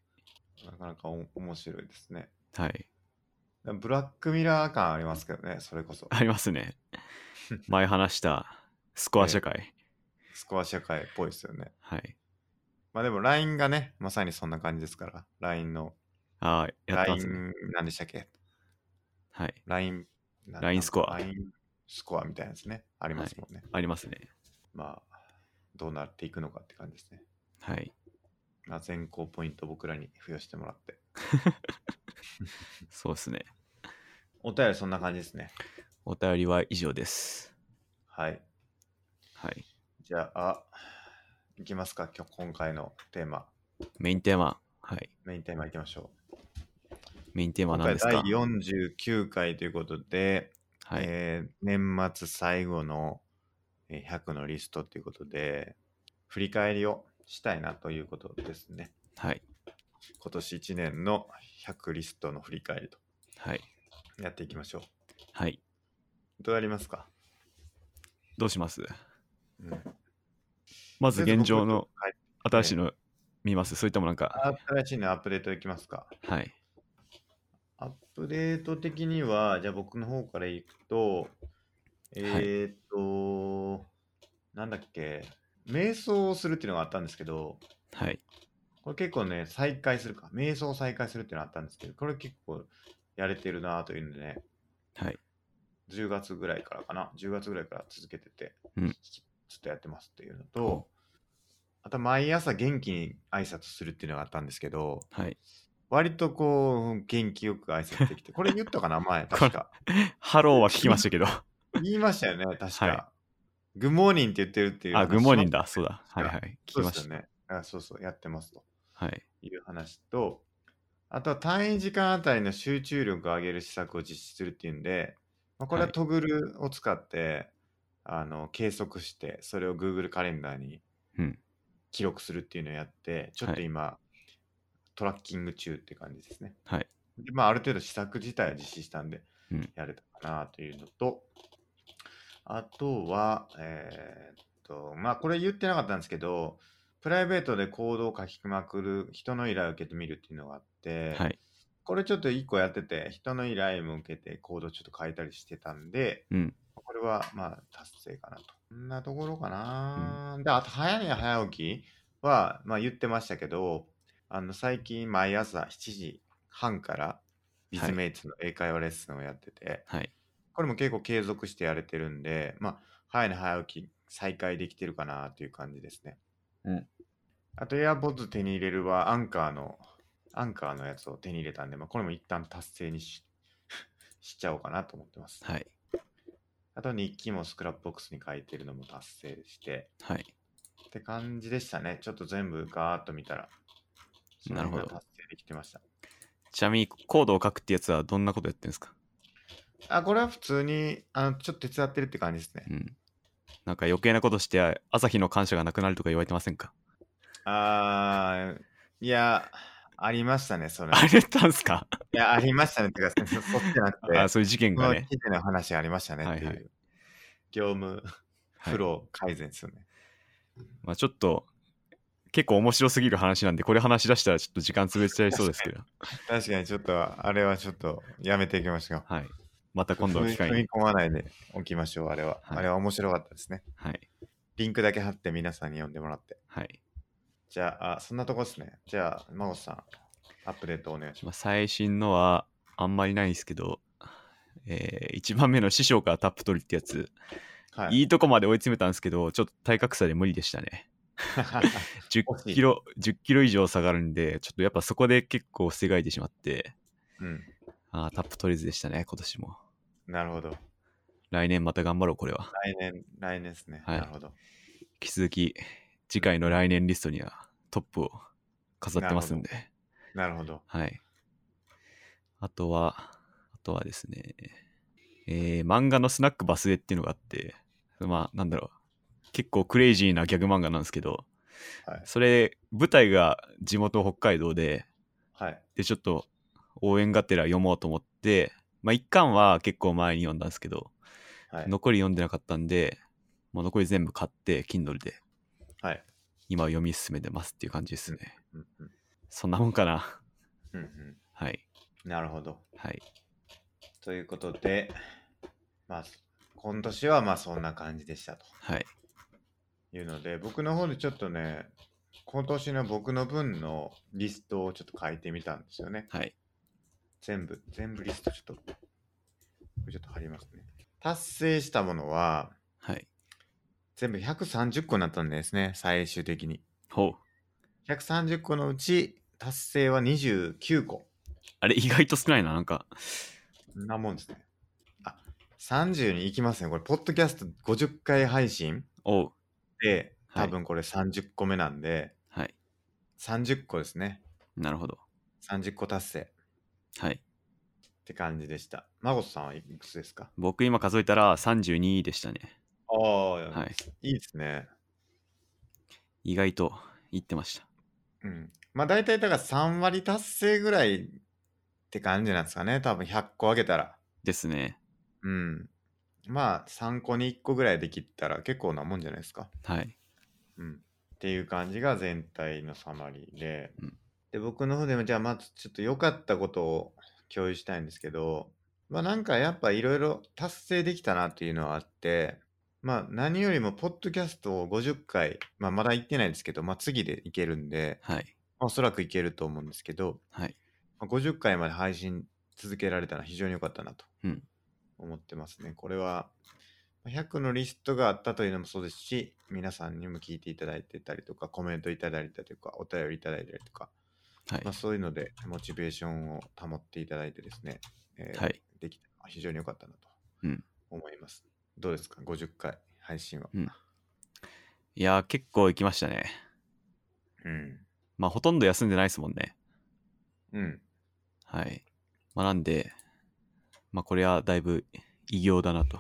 なかなかお面白いですね。はい。ブラックミラー感ありますけどね、それこそ。ありますね。 前話したスコア社会。スコア社会っぽいですよね。はい。まあでも LINE がね、まさにそんな感じですから、LINE の、ああ、やってますね。 LINE、なんでしたっけはい。 ?LINE、な LINE スコア LINE スコアみたいなやつね、ありますもんね。ありますね。まあ、どうなっていくのかって感じですね。はい。まあ、全校ポイント僕らに付与してもらって。そうですね。お便りそんな感じですね。お便りは以上です。はい。はい。じゃあ、いきますか。今日今回のテーマ、メインテーマ。はい。メインテーマいきましょう。メインテーマは今回何です第か49回ということで、はい。えー年末最後のえー100のリストということで、振り返りをしたいなということですね。はい。今年1年の100リストの振り返りとはい。やっていきましょう。はい。どうやりますか、どうしますうん、ままず現状のはい新しいの見ますそれともなんか、新しいのアップデートいきますか。はい。アップデート的には、じゃあ僕の方からいくと、えーっと、なんだっけ、瞑想をするっていうのがあったんですけど、はい。これ結構ね、再開するか、瞑想を再開するっていうのがあったんですけど、これ結構やれてるなというんでね、はい。 10月ぐらいからかな、10月ぐらいから続けてて、うんちょっとやってますっていうのと、あと毎朝元気に挨拶するっていうのがあったんですけど、はい。 割とこう、元気よく挨拶できて、これ言ったかな、前、確か。ハローは聞きましたけど。あ、言いましたよね、確はいか。グッモーニンって言ってるっていう話。グッモーニンだ。そうだ。はいはい。聞きそうまでしすた。よね。あそうそう、やってますとはい。いう話と、あとは単位時間あたりの集中力を上げる施策を実施するっていうんで、まあ、これははいトグルを使って、あの計測して、それを Google カレンダーにうん記録するっていうのをやって、ちょっとはい今、トラッキング中って感じですね。はい。でまあ、ある程度施策自体は実施したんでうん、やれたかなというのと、あとは、えーっと、まあ、これ言ってなかったんですけど、プライベートで行動を書きまくる、人の依頼を受けてみるっていうのがあって、はい。これちょっと一個やってて、人の依頼も受けて行動ちょっと変えたりしてたんで、うん。これはまあ達成かなと。こんなところかな。で、あと早寝早起きは、まあ言ってましたけど、あの最近毎朝7時半からビズメイツの英会話レッスンをやってて、はい。これも結構継続してやれてるんで、まあ早寝早起き再開できてるかなという感じですね。うんあと AirPods 手に入れるはアンカーの、アンカーのやつを手に入れたんで、まあこれも一旦達成にし しちゃおうかなと思ってます。はい。あと日記もスクラップボックスに書いてるのも達成して、はい。って感じでしたね。ちょっと全部ガーッと見たら、その辺なるほがど達成できてました。ちなみに、コードを書くってやつはどんなことやってるんですかあ、これは普通に、あの、ちょっと手伝ってるって感じですねう。ん。なんか余計なことして、朝日の感謝がなくなるとか言われてませんか あー、いや、ありましたね、それ。あれたんすかいや、ありましたね、っていうか、そそっちじゃなくてあ、そういう事件こがのね。記事の話ありましたねっていう。はいは業務はいフロー改善ですよね。まあ、ちょっと、結構面白すぎる話なんで、これ話し出したらちょっと時間潰れちゃいそうですけど、確かにちょっと、あれはちょっとやめていきましょう。はい。また今度の機会踏みに。込まないでおきましょう、あれは。はいあれは面白かったですね。はい。リンクだけ貼って皆さんに読んでもらって。はい。じゃあ、あそんなとこですね。じゃあ、真帆さん、アップデートお願いしままあ、最新のはあんまりないんですけど、え1番目の師匠からタップ取りってやつ、、す。はいいとこまで追い詰めたんですけど、ちょっと体格差で無理でしたね。10キロ、10キロ以上下がるんで、ちょっとやっぱそこで結構防がいてしまって、 うん。あータップ取れずでしたね、今年も。なるほど。来年また頑張ろう、これは。来年、来年ですね。はいなるほど。引き続き、次回の来年リストにはトップを飾ってますんで。なるほど。はい。あとは、あとはですね、えー漫画のスナックバスへっていうのがあって、まあ、なんだろう、結構クレイジーなギャグ漫画なんですけど、はい。それ、舞台が地元北海道で、はい。で、ちょっと応援がてら読もうと思って、まあ、一巻は結構前に読んだんですけど、はい。残り読んでなかったんで、もう残り全部買って、Kindle で、はい。今読み進めてますっていう感じですね。うんうんそんなもんかな。うんうはい。ん。なるほど。はい。ということで、まあ、今年はまあそんな感じでしたと。はい。いうので、僕の方でちょっとね、今年の僕の分のリストをちょっと書いてみたんですよね。はい。全部、全部リストちょっと、これちょっと貼りますね。達成したものは、はい。全部130個になったんですね、最終的に。ほう。 130個のうち、達成は29個。あれ、意外と少ないな、なんか。そんなもんですね。あ、30に行きますね。これ、ポッドキャスト50回配信おう。で、は多い分これ30個目なんで、はい。 30個ですね。なるほど。 30個達成。はい。って感じでした。孫さんはいくつですか僕今数えたら32でしたね。ああ、、はいい。いですね。意外と言ってました。うん。まあ大体だから3割達成ぐらいって感じなんですかね。多分100個あげたら。ですね。うん。まあ3個に1個ぐらいできたら結構なもんじゃないですか。はい。うん。っていう感じが全体のサマリーで。うんで、僕の方でもじゃあまずちょっと良かったことを共有したいんですけど、まあなんかやっぱいろいろ達成できたなっていうのはあって、まあ何よりもポッドキャストを50回、まあまだ行ってないですけど、まあ次で行けるんで、はい。まあおそらく行けると思うんですけど、はい。まあ50回まで配信続けられたのは非常に良かったなと。うん思ってますね。これは100のリストがあったというのもそうですし、皆さんにも聞いていただいてたりとか、コメントいただいたりとか、お便りいただいたりとか、はいまあ、。そういうのでモチベーションを保っていただいてですね、えーはい。できたのは非常に良かったなとうん思います。どうですか ?50 回配信は。うんいやー、結構行きましたね。うん。まあ、ほとんど休んでないですもんね。うん。はい。まあ、なんで、まあ、これはだいぶ偉業だなと。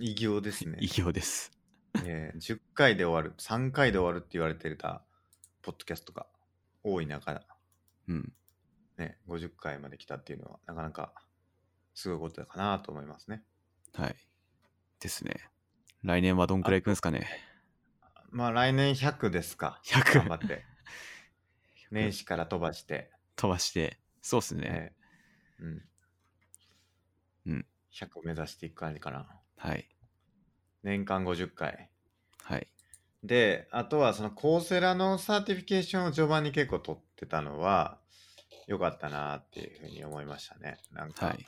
異業ですね偉。業です。えー10回で終わる、3回で終わるって言われてたポッドキャストが多い中、うん。ね、50回まで来たっていうのは、なかなかすごいことかなと思いますね。はい。ですね。来年はどんくらい行くんですかね。まあ来年100ですか。頑 張100って。年始から飛ばして。飛ばして。そうっすね。ねうんうん100を目指していく感じかな。はい。年間50回。はい。で、あとはそのコーセラのサーティフィケーションを序盤に結構取ってたのは、良かったなっていうふうに思いましたね。なんか、はい。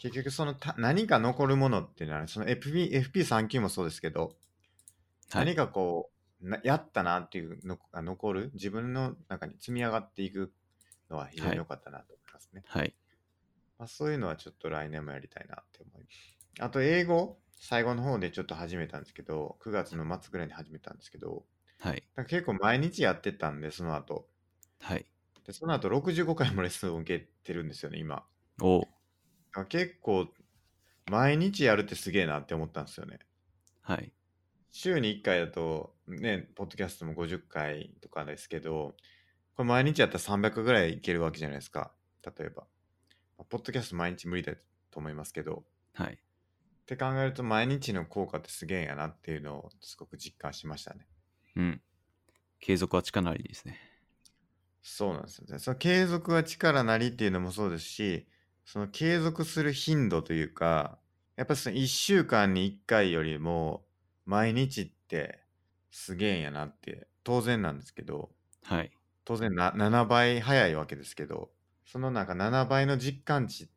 結局そのた何か残るものっていうのはね、その FP FP3 級もそうですけど、はい何。かこうなやったなっていうのが残る自分の中に積み上がっていくのは非常はにい良かったなと思いますね、はい。まあ、そういうのはちょっと来年もやりたいなって思いますあと英語最後の方でちょっと始めたんですけど9月の末ぐらいに始めたんですけどはい。なんか結構毎日やってたんでその後はい。でその後65回もレッスンを受けてるんですよね今おうだから結構毎日やるってすげえなって思ったんですよねはい。週に1回だとねポッドキャストも50回とかですけどこれ毎日やったら300ぐらいいけるわけじゃないですか例えばまあポッドキャスト毎日無理だと思いますけどはい。って考えると毎日の効果ってすげえんやなっていうのをすごく実感しましたねうん。継続は力なりですね。そうなんですよねその継続は力なりっていうのもそうですしその継続する頻度というかやっぱその1週間に1回よりも毎日ってすげえんやなって当然なんですけどはい。当然な7倍早いわけですけどそのなんか7倍の実感値っ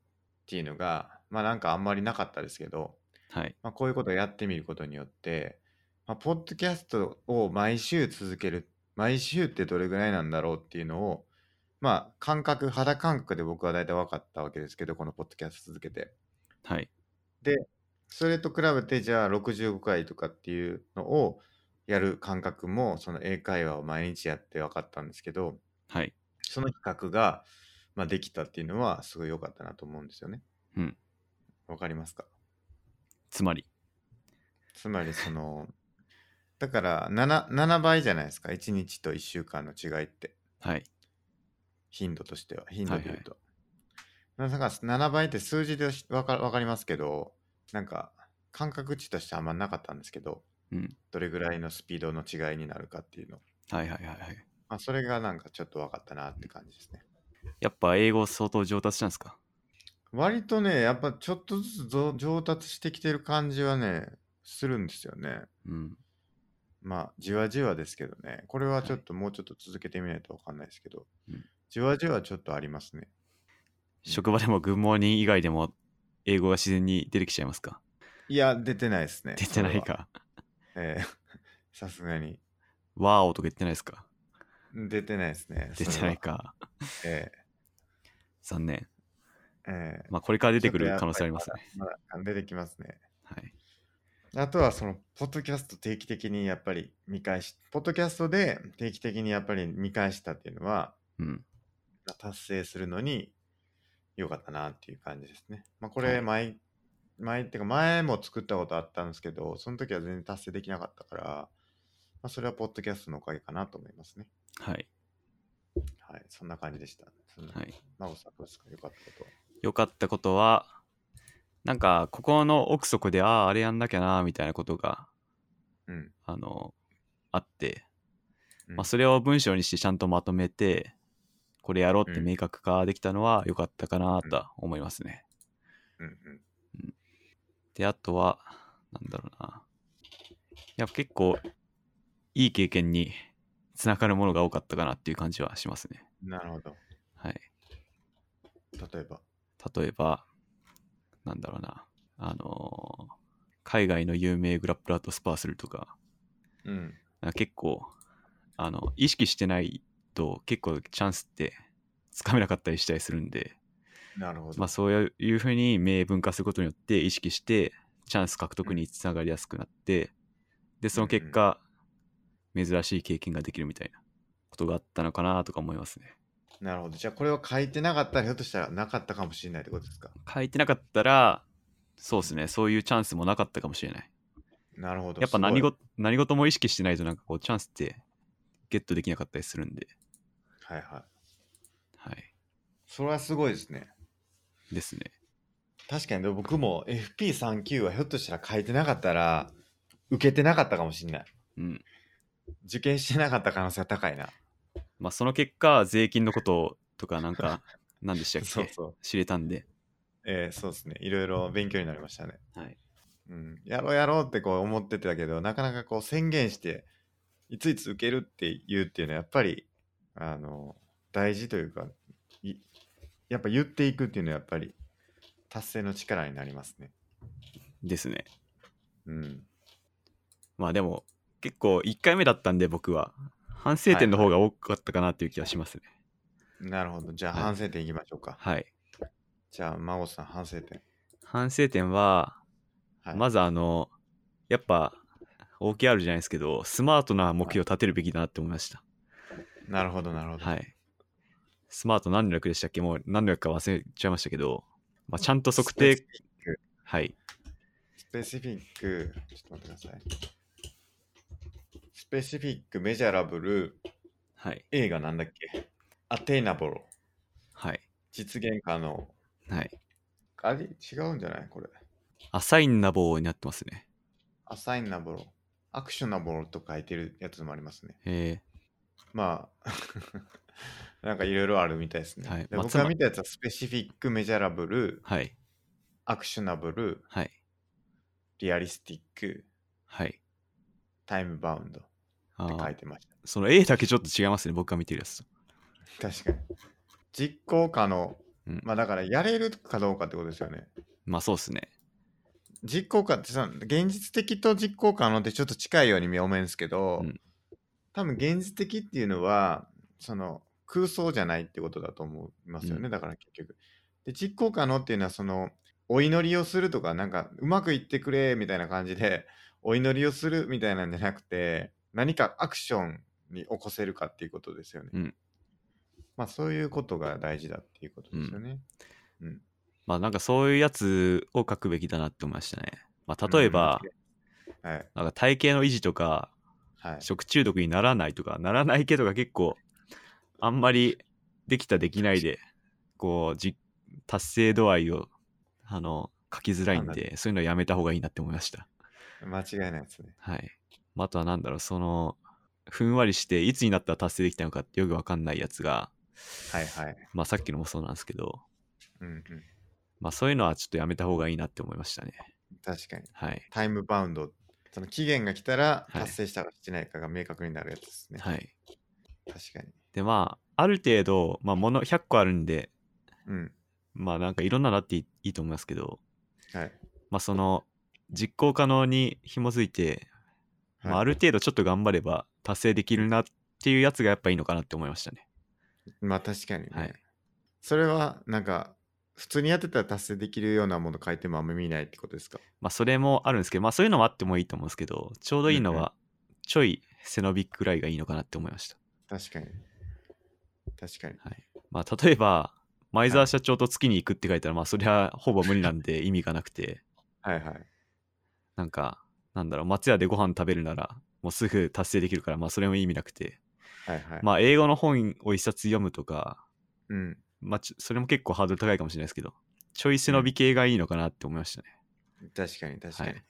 ていうのがまあなんかあんまりなかったですけど、はい。まあ、こういうことをやってみることによって、まあ、ポッドキャストを毎週続ける毎週ってどれぐらいなんだろうっていうのをまあ感覚肌感覚で僕は大体分かったわけですけどこのポッドキャスト続けてはい。それと比べてじゃあ65回とかっていうのをやる感覚もその英会話を毎日やって分かったんですけどはい。その比較が、まあ、できたっていうのはすごい良かったなと思うんですよね。うん。わかりますかつまり。つまりその、だから 7, 7倍じゃないですか。1日と1週間の違いって。はい。頻度としては。頻度で言うと。なんか7倍って数字でしわかわかりますけど、なんか感覚値としてあんまなかったんですけど、うん。どれぐらいのスピードの違いになるかっていうの。はいはいはいはい。まあ、それがなんかちょっと分かったなって感じですね。やっぱ英語相当上達したんですか割とね、やっぱちょっとずつぞ上達してきてる感じはね、するんですよね。うん。まあ、じわじわですけどね。これはちょっはいともうちょっと続けてみないとわかんないですけど、うんじわじわちょっとありますね。職場でもグッモーニング以外でも英語が自然に出てきちゃい ますかいや、出てないですね。出てないそれは。か。え えさすがに。ワーオとか言ってないですか出てないですね。出てないか。それは。え残念。えええまあこれから出てくる可能性ありますね。まだまだ出てきますね。はい。あとはその、ポッドキャスト定期的にやっぱり見返し、ポッドキャストで定期的にやっぱり見返したっていうのは、うん。まあ達成するのに良かったなっていう感じですね。まあ、こはれい前、前っていうか前も作ったことあったんですけど、その時は全然達成できなかったから、まあ、それはポッドキャストのおかげかなと思いますね。はい。はい、そんな感じでした。そんなはい。孫さんどうですか良かったこと。良かったことは、なんかここの奥底で、ああ、あれやんなきゃな、みたいなことが、うん。あの、あって、うんまあそれを文章にしてちゃんとまとめて、これやろうってうん明確化できたのは良かったかなとは思いますね。うんうん。で、あとは、なんだろうな。いや、結構、いい経験につながるものが多かったかなっていう感じはしますね。なるほど。はい。例えば。例えば、なんだろうな、あのー海外の有名グラップラーとスパーするとか、うん。なんか結構あの意識してないと結構チャンスってつかめなかったりしたりするんで、なるほど。まあ、そういうふうに明文化することによって意識してチャンス獲得につながりやすくなってでその結果珍しい経験ができるみたいなことがあったのかなとか思いますねなるほど。じゃあ、これを書いてなかったら、ひょっとしたらなかったかもしれないってことですか。書いてなかったらそうですねそういうチャンスもなかったかもしれないなるほど。やっぱすごい何事何事も意識してないとなんかこうチャンスってゲットできなかったりするんではいはい。はいそれはすごいですね。ですね確かに、でも僕も FP3 級はひょっとしたら書いてなかったら、受けてなかったかもしれない。うん受験してなかった可能性は高いな。まあ、その結果、税金のこととか、な んか、何 でしたっけそうそう。知れたんで、えーそうですね。いろいろ勉強になりましたね。はい、うん。やろうやろうってこう思ってたけど、なかなかこう宣言して、いついつ受けるって言うっていうのは、やっぱり、あの、大事というか、いやっぱ言っていくっていうのは、やっぱり、達成の力になりますね。ですね。うん。まあでも、結構1回目だったんで、僕は、反省点の方が多かったかなっていう気がしますね。なるほど。じゃあ、はい反省点いきましょうか。はい。じゃあ、孫さん、反省点。反省点は、はい。まずあの、やっぱ、OKR じゃないですけど、スマートな目標を立てるべきだなって思いました。なるほど、なるほど。はい。スマート何の略でしたっけもう何の略か忘れちゃいましたけど、まあ、ちゃんと測ス定ペ、シフィックはい。スペシフィック、ちょっと待ってください。スペシフィック、メジャーラブル、はい。 A がなんだっけアテイナボロ、はい。実現可能。はい。あれ違うんじゃないこれ。アサインな棒になってますね。アサインナボロ、アクショナボロと書いてるやつもありますね。えー、まあ、 なんかいろいろあるみたいですね。はいでまあ僕つまが見たやつはスペシフィック、メジャーラブル、はい、アクショナブル、はい、リアリスティック、はい。タイムバウンドっあて書いーてました。その A だけちょっと違いますね、僕が見てるやつと。確かに。実行可能。うんまあだからやれるかどうかってことですよね。まあそうですね。実行可ってさ、現実的と実行可能ってちょっと近いように見えんですけど、うん多分現実的っていうのは、その空想じゃないってことだと思いますよね、うんだから結局。で、実行可能っていうのは、その、お祈りをするとか、なんか、うまくいってくれみたいな感じで、お祈りをするみたいなんじゃなくて、何かアクションに起こせるかっていうことですよね。うんまあ、そういうことが大事だっていうことですよね。うんまあなんかそういうやつを書くべきだなって思いましたね。まあ例えば、、うんはい。なんか体型の維持とか、はい。食中毒にならないとか、ならないけどが結構、あんまりできたできないで、こう、じ達成度合いを、あの、書きづらいんで、そういうのはやめた方がいいなって思いました。間違いないですね。はい。まああとはなんだろう、その、ふんわりして、いつになったら達成できたのかってよくわかんないやつが、はいはい。まあさっきのもそうなんですけど、うんうん。まあそういうのはちょっとやめた方がいいなって思いましたね。確かに。はい。タイムバウンド。その期限が来たらはい達成したかしてないかが明確になるやつですね。はい。確かに。でまあ、ある程度、まあもの100個あるんで、うん。まあなんかいろんなのあっていいいいと思いますけど、はい。まあその実行可能に紐づいて、まあはあいる程度ちょっと頑張れば達成できるなっていうやつがやっぱいいのかなって思いましたね。まあ確かに、ねはい。それはなんか普通にやってたら達成できるようなもの書いてもあんまり見ないってことですかまあそれもあるんですけど、まあそういうのもあってもいいと思うんですけど、ちょうどいいのうんうはちょい背伸びくらいがいいのかなって思いました。確かに。確かに。はい。まあ例えば、前澤社長と月に行くって書いたら、まあそれはほぼ無理な んで意味がなくて、はいはい。なんか、なんだろう、松屋でご飯食べるなら、もうすぐ達成できるから、まあそれも意味なくて、はいはい。まあ英語の本を一冊読むとか、うん。まあちょそれも結構ハードル高いかもしれないですけど、ちょい背伸び系がいいのかなって思いましたね。確かに確かに。はい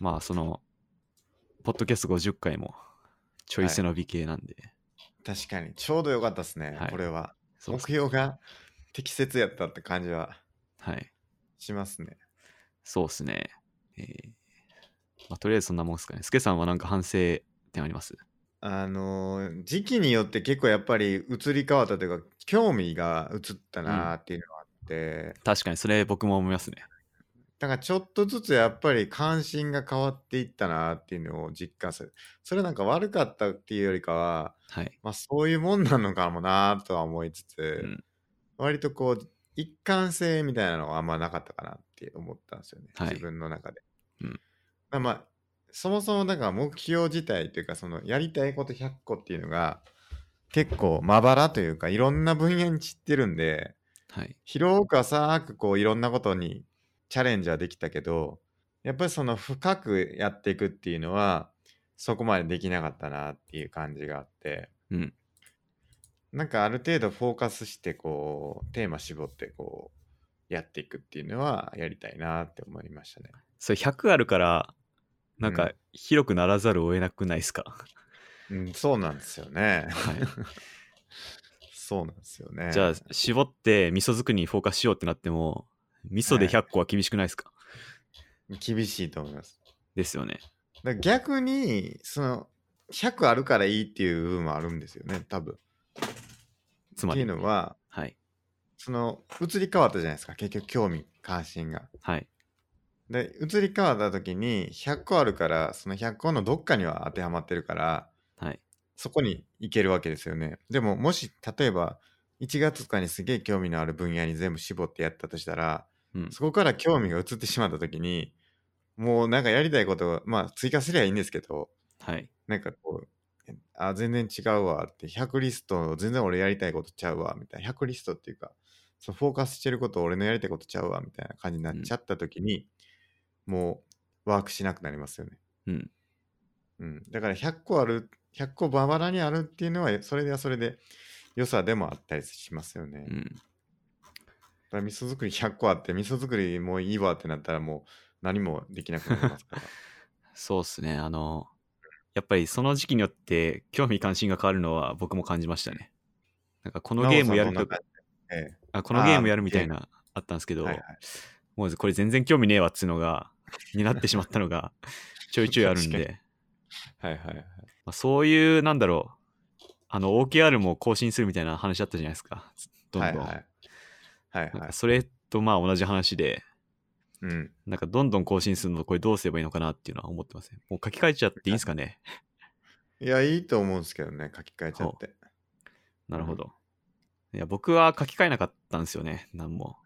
まあその、ポッドキャスト50回も、ちょい背伸び系なんで、確かに。ちょうどよかったですね、はいこれは。そう目っす標が適切やったって感じははい。しますね。そうですね。えーまあとりあえずそんなもんですかね。スケさんはなんか反省点ありますあのー時期によって結構やっぱり移り変わったというか興味が移ったなーっていうのがあって、確かにそれ僕も思いますね。だからちょっとずつやっぱり関心が変わっていったなっていうのを実感する。それなんか悪かったっていうよりかは、はい。まあそういうもんなのかもなとは思いつつ、うん割とこう、一貫性みたいなのはあんまなかったかなって思ったんですよね。はい自分の中で。うんだからまあ、そもそもだから目標自体というか、そのやりたいこと100個っていうのが、結構まばらというか、いろんな分野に散ってるんで、はい。広く浅くこういろんなことにチャレンジはできたけどやっぱりその深くやっていくっていうのはそこまでできなかったなっていう感じがあってうん。なんかある程度フォーカスしてこうテーマ絞ってこうやっていくっていうのはやりたいなって思いましたね。それ100あるから、なんうかん広くならざるを得なくない ですか、うん、そうなんですよね。はい。そうなんですよね。じゃあ、絞って味噌作りにフォーカスしようってなっても、味噌で100個は厳しくないですか、厳しいと思います。ですよね。だから逆にその100あるからいいっていう部分もあるんですよね多分。つっまていうり。のははい。その移り変わったじゃないですか結局興味関心が。はい。で移り変わった時に100個あるからその100個のどっかには当てはまってるからはい。そこに行けるわけですよね。でももし例えば1月とかにすげえ興味のある分野に全部絞ってやったとしたらうん。そこから興味が移ってしまった時にもうなんかやりたいことをまあ追加すりゃいいんですけどはい。なんかこうあ全然違うわって100リスト全然俺やりたいことちゃうわみたいな100リストっていうかそのフォーカスしてること俺のやりたいことちゃうわみたいな感じになっちゃった時に、もうワークしなくなりますよね、うん。うん、だから100個ある100個ババラにあるっていうのはそれではそれで良さでもあったりしますよね、うだん。から味噌作り100個あって味噌作りもういいわってなったらもう何もできなくなります からそうっすね。あの、やっぱりその時期によって興味関心が変わるのは僕も感じましたね。なんかこのゲームやるなおさんとどんな感じえあ、このゲームやるみたいな、あったんですけえど、はいはいもうこれ全然興味ねえわっつうのが、 になってしまったのが、ちょいちょいあるん確で、はいはいはいまあ、そういう、なんだろう、あの、OKR も更新するみたいな話あったじゃないですか。どんどん。はいはいはいなんはいかそれとまあ同じ話で、うんなんかどんどん更新するの、これどうすればいいのかなっていうのは思ってますね。もう書き換えちゃっていいんですかね。いや、いいと思うんですけどね、書き換えちゃって。なるほど。いや、僕は書き換えなかったんですよね、なんも。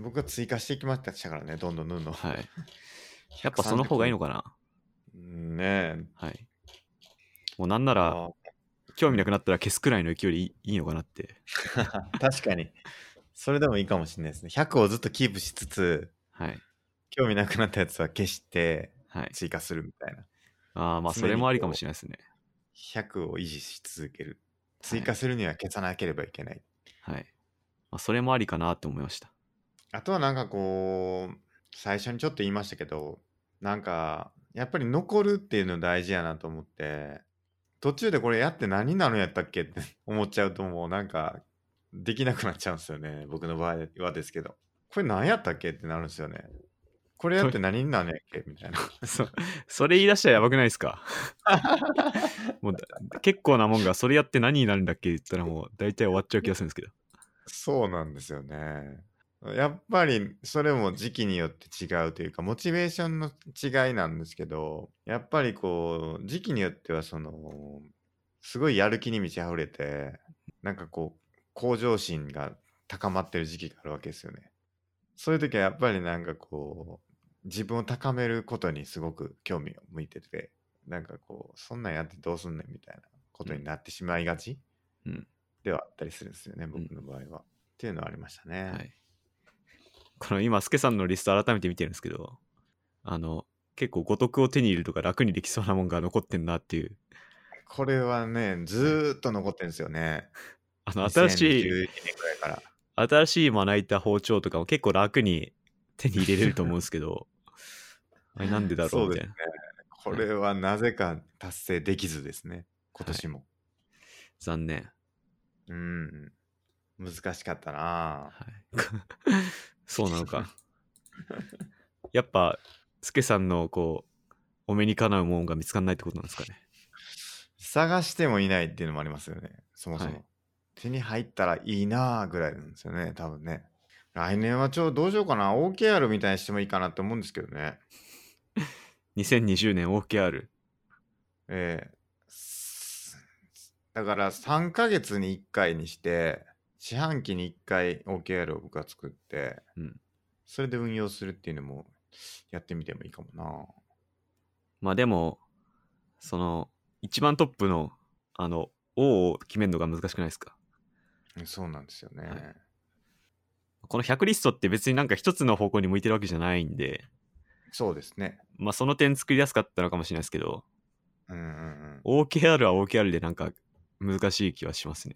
僕は追加していきましたからね、どんどんどんどん。はい。やっぱその方がいいのかな。うんねえ。はい。もうなんなら、あ興味なくなったら消すくらいの勢いでいいいいのかなって。確かに。それでもいいかもしれないですね。100をずっとキープしつつ、はい。興味なくなったやつは消してはい。追加するみたいな。ああ、まあ、それもありかもしれないですね。 100を維持し続ける。はい追加するには消さなければいけない。はい。まあ、それもありかなって思いました。あとはなんかこう、最初にちょっと言いましたけど、なんか、やっぱり残るっていうの大事やなと思って、途中でこれやって何になるんやったっけって 思っちゃうともうなんか、できなくなっちゃうんですよね。僕の場合はですけど。これ何やったっけってなるんですよね。これやって何になるんやっけみたいな。そそれ言い出したらやばくないで すかもうだ結構なもんが、それやって何になるんだっけって言ったらもう大体終わっちゃう気がするんですけど。そうなんですよね。やっぱりそれも時期によって違うというかモチベーションの違いなんですけどやっぱりこう時期によってはそのすごいやる気に満ち溢れてなんかこう向上心が高まってる時期があるわけですよね。そういう時はやっぱりなんかこう自分を高めることにすごく興味を向いててなんかこうそんなんやってどうすんねんみたいなことになってしまいがち、うんではあったりするんですよねん僕の場合は。っていうのはありましたね。はい。この今、スケさんのリスト改めて見てるんですけど、あの、結構五徳を手に入れるとか楽にできそうなもんが残ってんなっていう、これはねずーっと残ってるんですよね。あの、新しい、 2011年ぐらいから。新しいまな板包丁とかも結構楽に手に入れれると思うんですけど、あれなんでだろそううみでたすいねな。。これはなぜか達成できずですね今年も。残念。うん難しかったなぁはい、そうなのか。やっぱ、スケさんのこう、お目にかなうもんが見つかんないってことなんですかね。探してもいないっていうのもありますよねそもそも。はい手に入ったらいいなぁぐらいなんですよね多分ね。来年はちょうどどうしようかな。OKR みたいにしてもいいかなって思うんですけどね。 2020年 OKR。ええすだから3ヶ月に1回にして、四半期に1回 OKR を僕は作って、うんそれで運用するっていうのもやってみてもいいかもな。まあでも、その、一番トップの、あの、O を決めるのが難しくないですかうんそうなんですよね。はいこの100リストって別になんか一つの方向に向いてるわけじゃないんで、そうですね。まあその点作りやすかったのかもしれないですけど、うんうんうん。 OKR は OKR でなんか難しい気はしますね。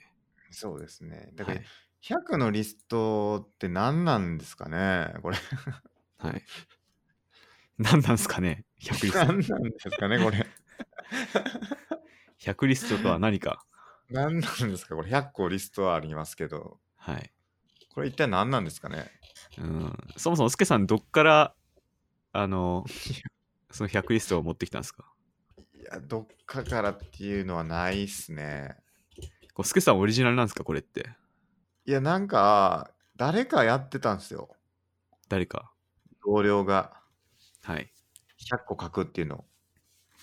そうですね。だはからい。 100のリストって何なんですかねこれ。はい。何なんですかね ?100 リス何なんですかねこれ。ト。100リストとは何か。何なんですかこれ100個リストはありますけど、はい。これ一体何なんですかねうん。そもそもすけさん、どっから、あの、その100リストを持ってきたんですかいや、どっかからっていうのはないっすね。こうすけさんオリジナルなんですかこれって。いや、なんか、誰かやってたんですよ。誰か。同僚がはい。 100個書くっていうのを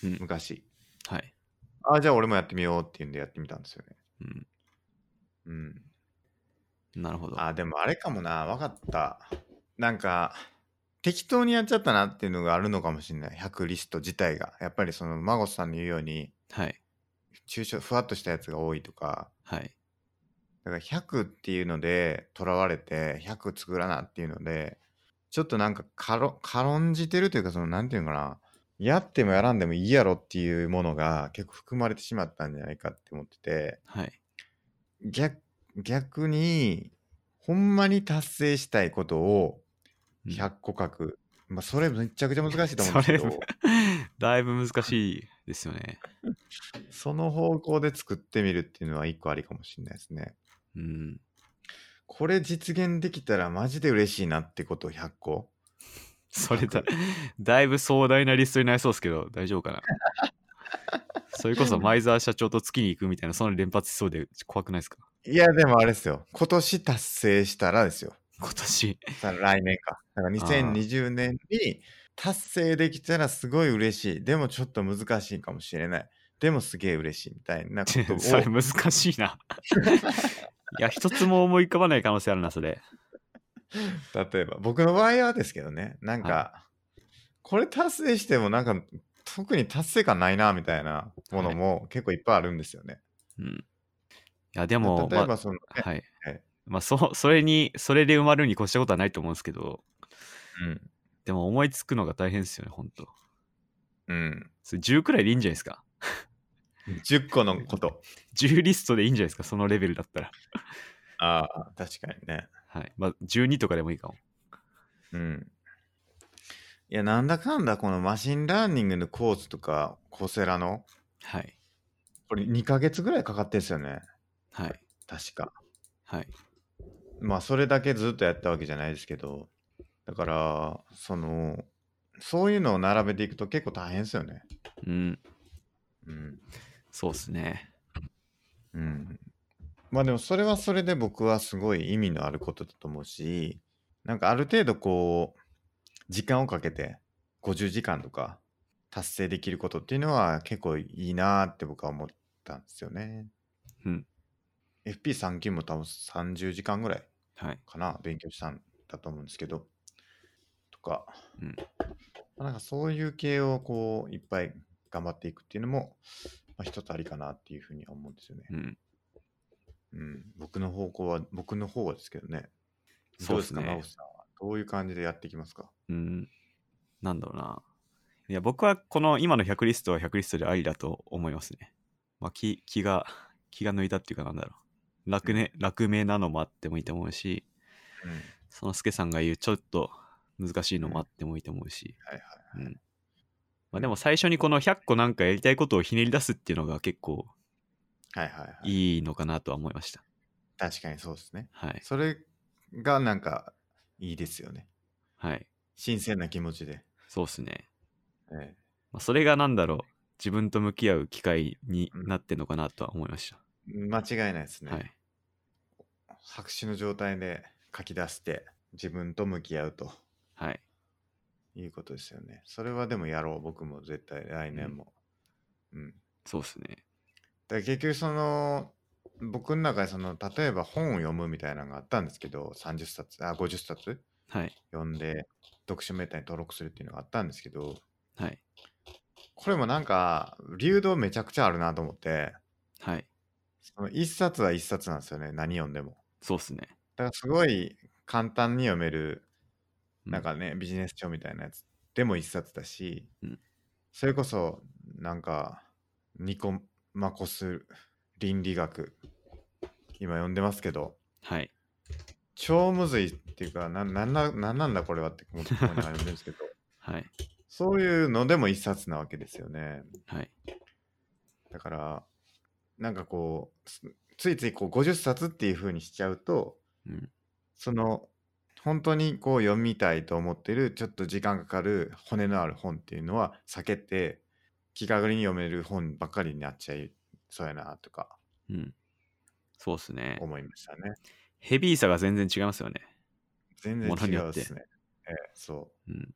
うん昔。はい。あ、じゃあ俺もやってみようっていうんでやってみたんですよね。うん。うん。なるほど。あ、でもあれかもな。わかった。なんか、適当にやっちゃったなっていうのがあるのかもしれない。100リスト自体が。やっぱりその、マゴスさんの言うように、はい。抽象、ふわっとしたやつが多いとか、はい。だから100っていうので、とらわれて、100作らなっていうので、ちょっとなんか軽軽んじてるというか、その、なんていうのかな、やってもやらんでもいいやろっていうものが結構含まれてしまったんじゃないかって思ってて、はい。 逆、逆に、ほんまに達成したいことをうん100個書く。まあ、それめちゃくちゃ難しいと思うんですけど、そそだいぶ難しいですよね。の方向で作ってみるっていうのは一個ありかもしれないですね。うん。これ実現できたらマジで嬉しいなってことを100個。それだ、だいぶ壮大なリストになりそうですけど、大丈夫かなそれこそ、前澤社長と月に行くみたいな、その連発しそうで怖くないですかいや、でもあれですよ。今年達成したらですよ。今年。さ来年か。だから2020年に達成できたらすごい嬉しい。でもちょっと難しいかもしれない。でもすげえ嬉しいみた いなことを。それ難しいな。 いや、一つも思い浮かばない可能性あるな、それ。例えば、僕の場合はですけどね。なんか、これ達成してもなんか、特に達成感ないな、みたいなものも結構いっぱいあるんですよね。うん。いや、でも、例えまば、その、ねあ、はいはい。まあ、そ、それに、それで埋まるに越したことはないと思うんですけど、うん。でも思いつくのが大変ですよね、ほんと。うん。それ10くらいでいいんじゃないですか。 10個のこと。 10リストでいいんじゃないですか、そのレベルだったら。ああ、確かにね。はい。まあ、12とかでもいいかも。うん。いや、なんだかんだ、このマシンラーニングのコースとか、コセラの、はい。これ2ヶ月ぐらいかかってんすよね。はい。確か。はい。まあ、それだけずっとやったわけじゃないですけど、だから、その、そういうのを並べていくと結構大変ですよね。うん。うん。そうっすね。うん。まあでも、それはそれで僕はすごい意味のあることだと思うし、なんかある程度こう、時間をかけて、50時間とか達成できることっていうのは結構いいなーって僕は思ったんですよね。うん。 FP3 級も多分30時間ぐらいはい。かな、勉強したんだと思うんですけど、とか、うんまあなんかそういう系をこう、いっぱい頑張っていくっていうのも、まあ、一つありかなっていうふうには思うんですよね。うん。うん、僕の方向は、僕の方はですけどね。そうっすねどうですか、真帆さんは。どういう感じでやっていきますかうん。なんだろうな。いや、僕はこの今の100リストは100リストでありだと思いますね。まあ、気、気が、気が抜いたっていうかなんだろう。楽ね、楽名なのもあってもいいと思うし、うん。はいそのすけさんが言うちょっと難しいのもあってもいいと思うし。はい。まあでも最初にこの100個なんかやりたいことをひねり出すっていうのが結構はいはい、はい。いいのかなとは思いました。確かにそうですね。はい。それがなんか、いいですよね。はい。新鮮な気持ちで。そうっすね。ええまあ、それがなんだろう自分と向き合う機会になってんのかなとは思いまし間違いないですた、ね、はい白紙の状態で書き出して、自分と向き合うとはい。いうことですよね。それはでもやろう、僕も絶対、来年も。うん。そうですね。だから結局その、僕の中でその、例えば本を読むみたいなのがあったんですけど、30冊、あ、50冊はい。読んで、読書メーターに登録するっていうのがあったんですけど、はい。これもなんか、流動めちゃくちゃあるなと思って、はい。その1冊は1冊なんですよね、何読んでも。そうですね。だからすごい簡単に読めるうなん、かね、ビジネス書みたいなやつでも一冊だし、うんそれこそなんかニコマコス倫理学今読んでますけどはい。超むずいっていうかななんななんなんだこれはって思ってここにあるんです けどはい。そういうのでも一冊なわけですよねはい。だからなんかこうすついついこう50冊っていう風にしちゃうとうん。その本当にこう読みたいと思ってるちょっと時間かかる骨のある本っていうのは避けて気軽に読める本ばっかりになっちゃいそうやなとかうん。そうですね。思いましたね。ヘビーさが全然違いますよね。全然物に違ようってですね。ええそう。うん。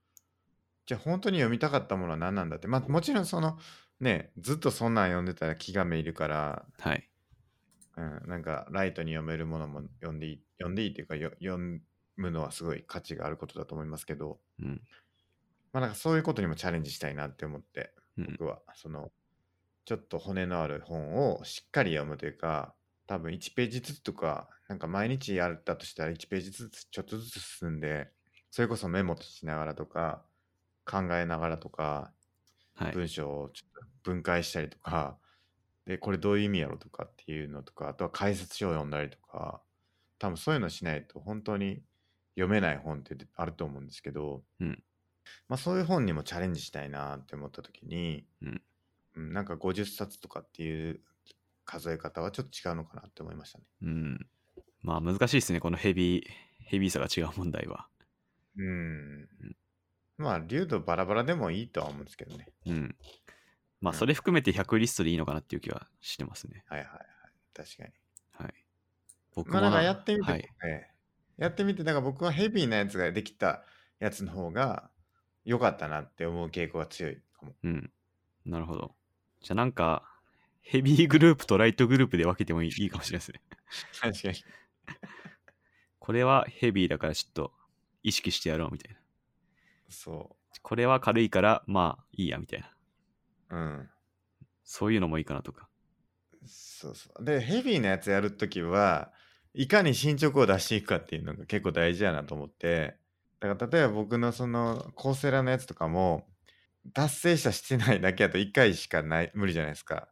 じゃあ本当に読みたかったものは何なんだって。まあもちろんそのね、ずっとそんなん読んでたら気がめいるから、はい。うん、なんかライトに読めるものも読んでいい、読んでいいっていうかよ読むのはすごい価値があることだと思いますけど、うん。まあなんかそういうことにもチャレンジしたいなって思って。うん。僕はそのちょっと骨のある本をしっかり読むというか多分1ページずつとかなんか毎日やったとしたら1ページずつちょっとずつ進んでそれこそメモしながらとか考えながらとかはい。文章をちょっと分解したりとかでこれどういう意味やろとかっていうのとかあとは解説書を読んだりとか多分そういうのしないと本当に読めない本ってあると思うんですけど、うんまあ、そういう本にもチャレンジしたいなって思った時に、うんうんなんか50冊とかっていう数え方はちょっと違うのかなって思いましたね。うん。まあ難しいですね。このヘビー、ヘビーさが違う問題は。うんまあ流度バラバラでもいいとは思うんですけどね。うん。まあうんそれ含めて100リストでいいのかなっていう気はしてますね。はいはいはい確かに。はい。僕まあなんかやってみて、はい。ねやってみて、だから僕はヘビーなやつができたやつの方が良かったなって思う傾向が強いかも。うん。なるほど。じゃあなんか、ヘビーグループとライトグループで分けてもいいいいかもしれないですね。 確かに。これはヘビーだからちょっと意識してやろうみたいな。そこれは軽いからまあいいやみたいな。う。うん。そういうのもいいかなとか。そうそう。で、ヘビーなやつやるときは、いかに進捗を出していくかっていうのが結構大事やなと思って、だから例えば僕のそのコーセラのやつとかも、達成したしてないだけだと1回しかない無理じゃないですか。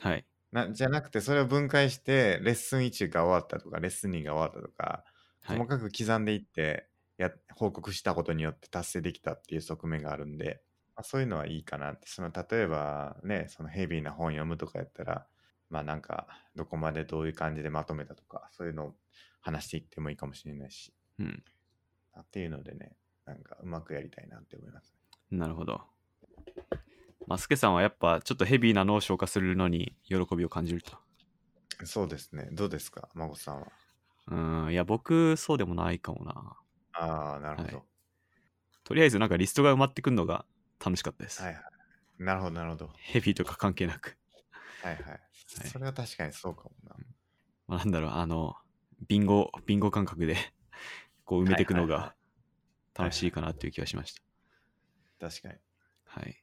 はい。なじゃなくてそれを分解してレッスン1が終わったとかレッスン2が終わったとかはい細かく刻んでいってや報告したことによって達成できたっていう側面があるんで、まあ、そういうのはいいかなってその例えばねそのヘビーな本読むとかやったらまあなんかどこまでどういう感じでまとめたとかそういうのを話していってもいいかもしれないしうん。っていうのでねなんかうまくやりたいなって思いますなるほど。マスケさんはやっぱちょっとヘビーな脳を消化するのに喜びを感じると。そうですねどうですか孫さんはうん。いや、僕そうでもないかもな。ああなるほど、はとりあえずなんかリストが埋まってくるのが楽しかったです。はい、はい、なるほどなるほどヘビーとか関係なく。はいはい。それは確かにそうかもな。まあ、なんだろう、あの、ビンゴ、ビンゴ感覚で、こう埋めていくのはいはいが楽しいかなっていう気がしました。確かに。はい。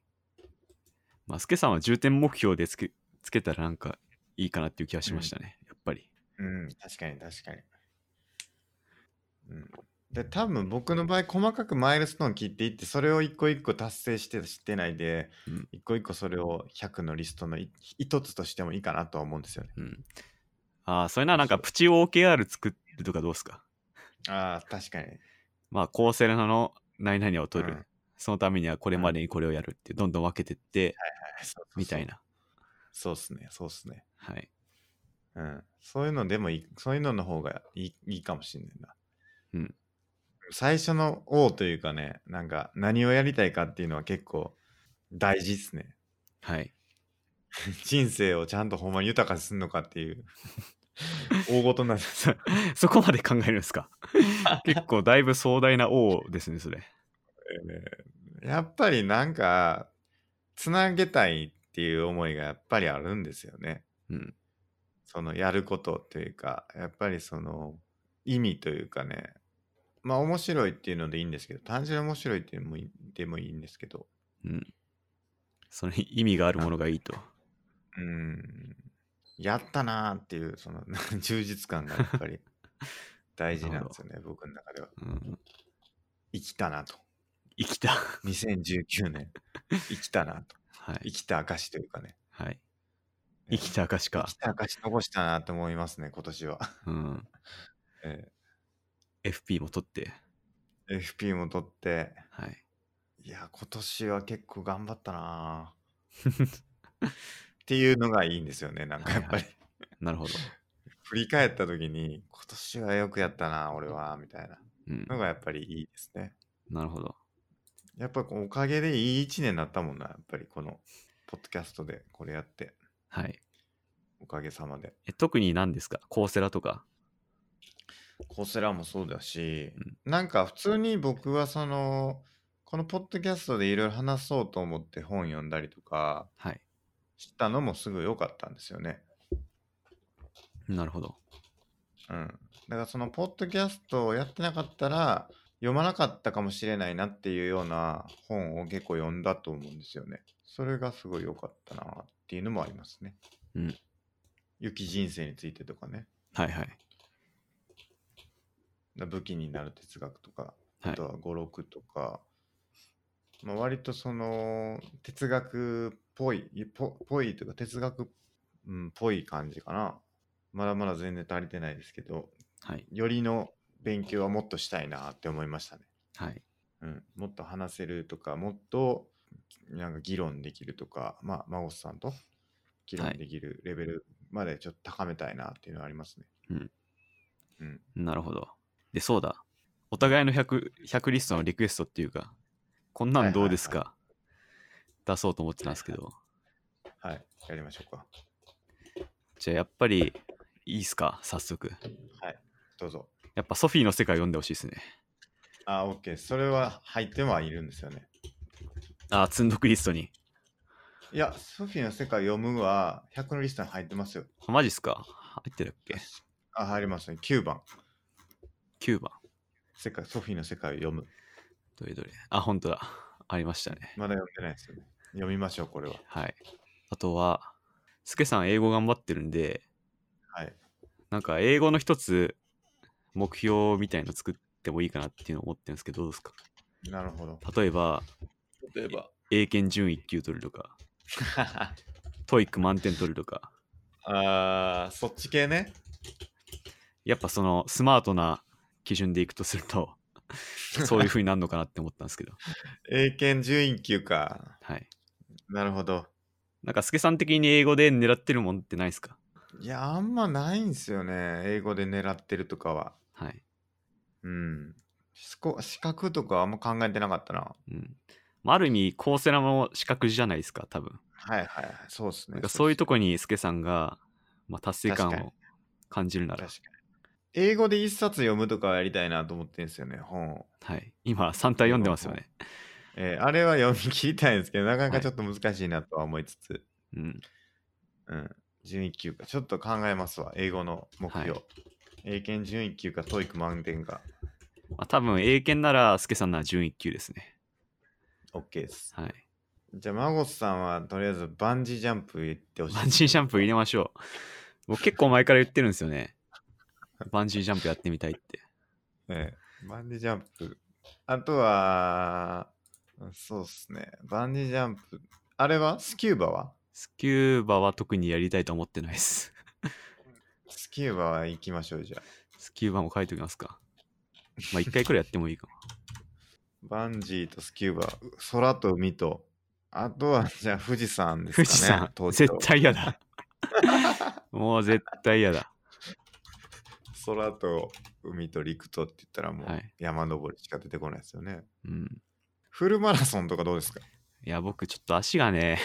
まあ、スケさんは重点目標でつけつけたらなんかいいかなっていう気がしましたね。やっぱり。うん、確かに確かに。うん、で、多分僕の場合、細かくマイルストーン切っていって、それを一個一個達成してしてないで、うん一個一個それを100のリストのい一つとしてもいいかなとは思うんですよね。うん。ああ、それならなんかプチ OKR 作るとかどうですかああ、確かに。まあ、コーセラの何々を取る。うんそのためにはこれまでにこれをやるって、どんどん分けてっそうて、そうそうみたい。な。そうっすね、そうっすね。はい。うん。そういうのでもいい、そういうのの方がいいいいかもしんないな。うん。最初の O というかね、なんか何をやりたいかっていうのは結構大事っすね。はい。 人生をちゃんとほんまに豊かにすんのかっていう大ごとになる。そこまで考えるんですか 結構だいぶ壮大な王ですね、それ。やっぱりなんか、つなげたいっていう思いがやっぱりあるんですよね。うん。そのやることというか、やっぱりその意味というかね、まあ面白いっていうのでいいんですけど、単純に面白いっていうのもいでもいいんですけど、うん。その意味があるものがいいと。うん、やったなーっていう、その 充実感がやっぱり大事なんですよね、僕の中では。うん。生きたなと。生きた。 2019年、生きたなと。 はい生。きた証というかね。はい。生きた証生かき。た証残したなと思いますね、今年は。うん。え FP も取って。ー FP も取って、はい。いや、今年は結構頑張ったな ぁっていうのがいいんですよね、なんかやっぱはいり。はなるほど。振り返った時に、今年はよくやったなぁ、俺は、みたいなうん。のがやっぱりいいですね。なるほど。やっぱこうおかげでいい一年になったもんな、やっぱりこの、ポッドキャストでこれやって、はい。おかげさまで。え特に何ですかコーセラとか。コセラもそうだし、うんなんか普通に僕はその、このポッドキャストでいろいろ話そうと思って本読んだりとかはい。したのもすぐ良かったんですよね。なるほど。うん。だからそのポッドキャストをやってなかったら読まなかったかもしれないなっていうような本を結構読んだと思うんですよね。それがすごい良かったなっていうのもありますね。うん。雪人生についてとかね。はいはい。武器になる哲学とか、はいあとは語録とか、まあ、割とその哲学っぽい、ぽぽいというか哲学っ、うん、ぽい感じかな。まだまだ全然足りてないですけど、はい。よりの勉強はもっとしたいなって思いましたね。はい。うん、もっと話せるとか、もっとなんか議論できるとか、まあ、孫さんと議論はいできるレベルまでちょっと高めたいなっていうのはありますね。うん。うん。なるほど。で、そうだ。お互いの 100, 100リストのリクエストっていうか、こんなんどうですか、出そうと思ってたんですけど、はい。やりましょうか。じゃあやっぱりいいっすか、早速。どうぞ。やっぱソフィーの世界読んでほしいですね。あ、オッケー。それは入ってはいるんですよね。あー、積んどくリストに。いや、ソフィーの世界読むは100のリストに入ってますよ。あマジっすか入ってたっけあ、入りますね。9番。 ?9 番。世界ソフィーの世界を読む。どれどれ。あ、本当だ。ありましたね。まだ読んでないですよね。読みましょう、これは。はい。あとは、スケさん英語頑張ってるんで、はい。なんか英語の一つ目標みたいの作ってもいいかなっていうのを思ってるんですけど、どうですかなるほど。例えば、例えば。英検準1級取るとか、トイック満点取るとか、 あー、そっち系ね。やっぱそのスマートな基準でいくとすると、そういう風になるのかなって思ったんですけど、英検準1級か。はい。なるほど。なんか、スケさん的に英語で狙ってるもんってないですかいや、あんまないんですよね。英語で狙ってるとかは。はい。うん。しこ資格とかあんま考えてなかったな。うん。まあ、ある意味、高セラも資格じゃないですか、多分。はいはいはい。そうですね。なんかそういうとこにスケさんが、まあ、達成感確かを感じるなら確、かに。英語で一冊読むとかはやりたいなと思ってんですよね、本を。はい。今、3体読んでますよね。えーあれは読み切りたいんですけど、なかな はかいちょっと難しいなとは思いつつ、うん。うん。準1級か。ちょっと考えますわ、英語の目標。はい英検準1級か、トイック満点か、まあ、多分、英検なら、スケさんなら準1級ですね。 OK です。はい。じゃあ、マゴスさんはとりあえずバンジージャンプ行ってほしい。バンジージャンプ入れましょう。僕結構前から言ってるんですよね。バンジージャンプやってみたいって。ええバンジージャンプ。あとは、そうっすね。バンジージャンプ。あれはスキューバはスキューバは特にやりたいと思ってないです。スキューバは行きましょう、じゃあ。スキューバも書いておきますか。まあ、一回くらいやってもいいかも。バンジーとスキューバ、空と海と、あとはじゃあ富士山 ですかね。富士山、東京絶対 嫌だ。もう絶対嫌だ。空と海と陸とって言ったらもうはい山登りしか出てこないですよね。うん。フルマラソンとかどうです かいや、僕ちょっと足がね、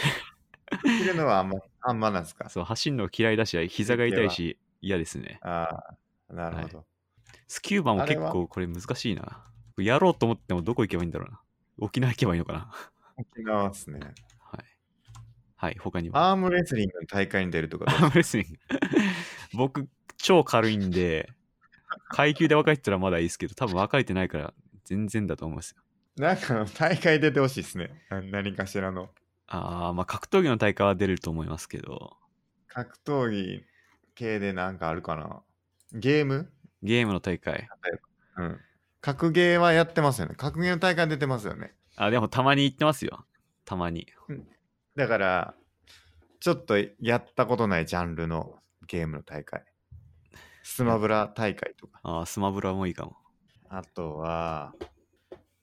走るのはあんま、あんまなんですかそう、走るの嫌いだし、膝が痛いし、嫌ですね。ああ、なるほど。スキューバもあれ結は構これ難しいな。やろうと思ってもどこ行けばいいんだろうな。沖縄行けばいいのかな。 沖縄ですね。はい。はい、他には。アームレスリングの大会に出るとかどうアームレスリング。 僕、超軽いんで、階級で分かれてたらまだいいですけど、多分分かれてないから全然だと思いますよ。 なんか大会出てほしいですね。な何かしらの。あー、まあ格闘技の大会は出ると思いますけど、格闘技系でなんかあるかな。ゲームゲームの大会。うん。格ゲーはやってますよね。格ゲーの大会出てますよね。あ、でもたまに行ってますよ。たまに。だから、ちょっとやったことないジャンルのゲームの大会。スマブラ大会とか。あー、スマブラもいいかも。あとは、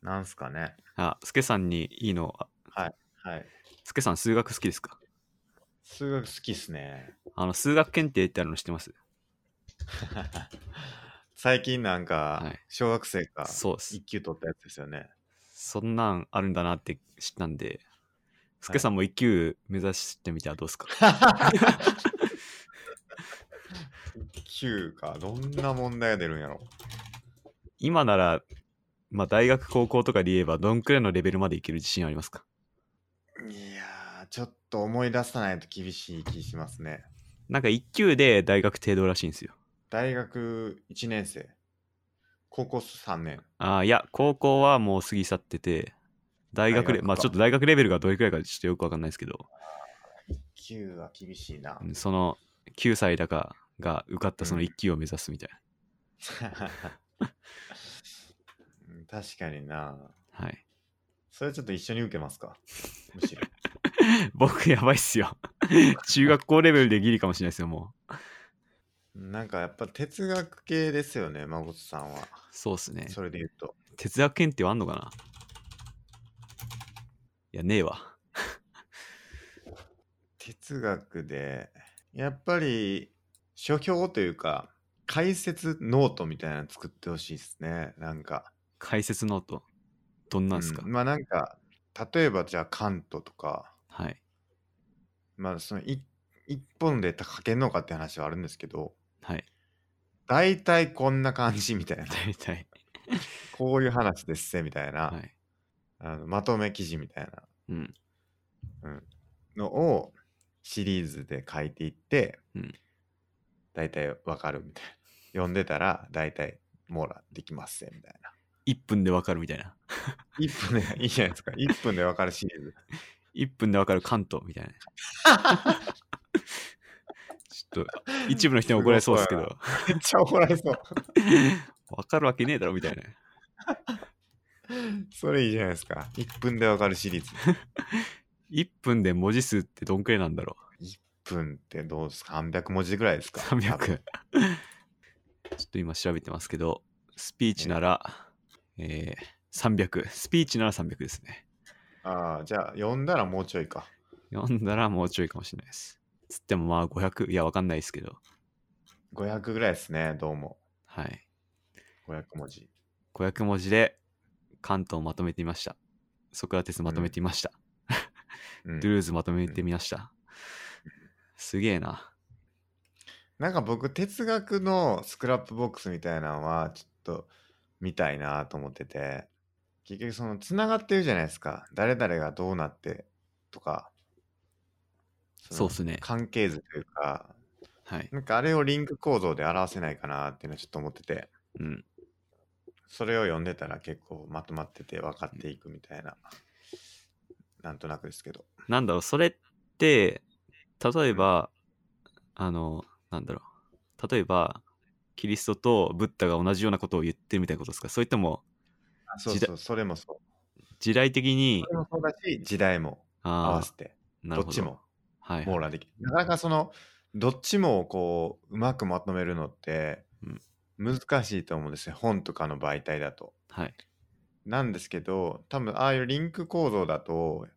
なんすかね。あ、スケさんにいいの、あはい。スケさん数学好きですか数学好きっすね。 あの、数学検定ってあるの知ってます最近なんかはい、小学生がそうです。 1級取ったやつですよね。そんなんあるんだなって知ったんで、スはケいさんも一級目指してみてはどうですか、 9か。どんな問題が出るんやろ。今なら、まあ、大学、高校とかで言えば、どんくらいのレベルまでいける自信ありますかいやー、ちょっと思い出さないと厳しい気しますね。なんか一級で大学程度らしいんですよ。大学1年生、高校3年。ああ、いや、高校はもう過ぎ去ってて、大学大で、学かまあちょっと大学レベルがどれくらいかちょっとよくわかんないですけど、 9は厳しいなう。んその9歳だかが受かったその一級を目指すみたいうん確かにな。な。はい。それちょっと一緒に受けますか。む しろ。僕やばいっすよ。中学校レベルでギリかもしれないですよ、もう。なんかやっぱ哲学系ですよね、孫さんは。そうっすね。それで言うと。哲学検定はあんのかないや、ねえわ。哲学で、やっぱり書評というか、解説ノートみたいなの作ってほしいですね。なんか。解説ノート。どんなんすか、うんまあなんか例えばじゃあカントとかはい。まあそのい一本で書けんのかって話はあるんですけどはい。大体こんな感じみたいな大体。こういう話ですせみたいな、はい。あのまとめ記事みたいうん。なのをシリーズで書いていって、うん大体わかるみたいな読んでたら大体網羅できますせみたいな1分でわかるみたいな。 1分でいいじゃない ですか1分でわかるシリーズ1分でわかる関東 みたいな。ちょっと、一部の人に怒られそうです けど、めっちゃ怒られそうわかるわけねえだろみたいな。それいいじゃないですか1分でわかるシリーズ1分で文字数ってどんくらいなんだろ1分ってどうですか ?300 文字ぐらいですうか ?300。ちょっと今調べてますけど、スピーチなら、えー、300。スピーチなら300ですね。ああ、じゃあ、読んだらもうちょいか。読んだらもうちょいかもしれないです。つってもまあ500、いやわかんないですけど。 500ぐらいですね、どうも。はい。 500文字。 500文字で関東をまとめてみました。ソクラテスまとめてみました。うんドゥルーズまとめてみました。すげえな。なんか僕、哲学のスクラップボックスみたいなのは、ちょっと見たいなと思ってて、結局、その、つながってるじゃないですか。誰々がどうなってとか、のそうっすね関係図というか、はい。なんかあれをリンク構造で表せないかなっていうのはちょっと思ってて、うん。それを読んでたら結構まとまってて分かっていくみたいな、なんとなくですけど。なんだろう、それって、例えば、あの、なんだろう。例えば、キリストとブッダが同じようなことを言ってるみたいなことですかそれとも、あそう時そ代う、それもそう。時代的にそ、れもそうだし、時代も合あわあせて、、なるどっほど。ちもはい。網羅できる。なかなかその、どっちもをこう、うまくまとめるのってうん、難しいと思うんですよ。本とかの媒体だと。はい。なんですけど、多分ああいうリンク構造だと、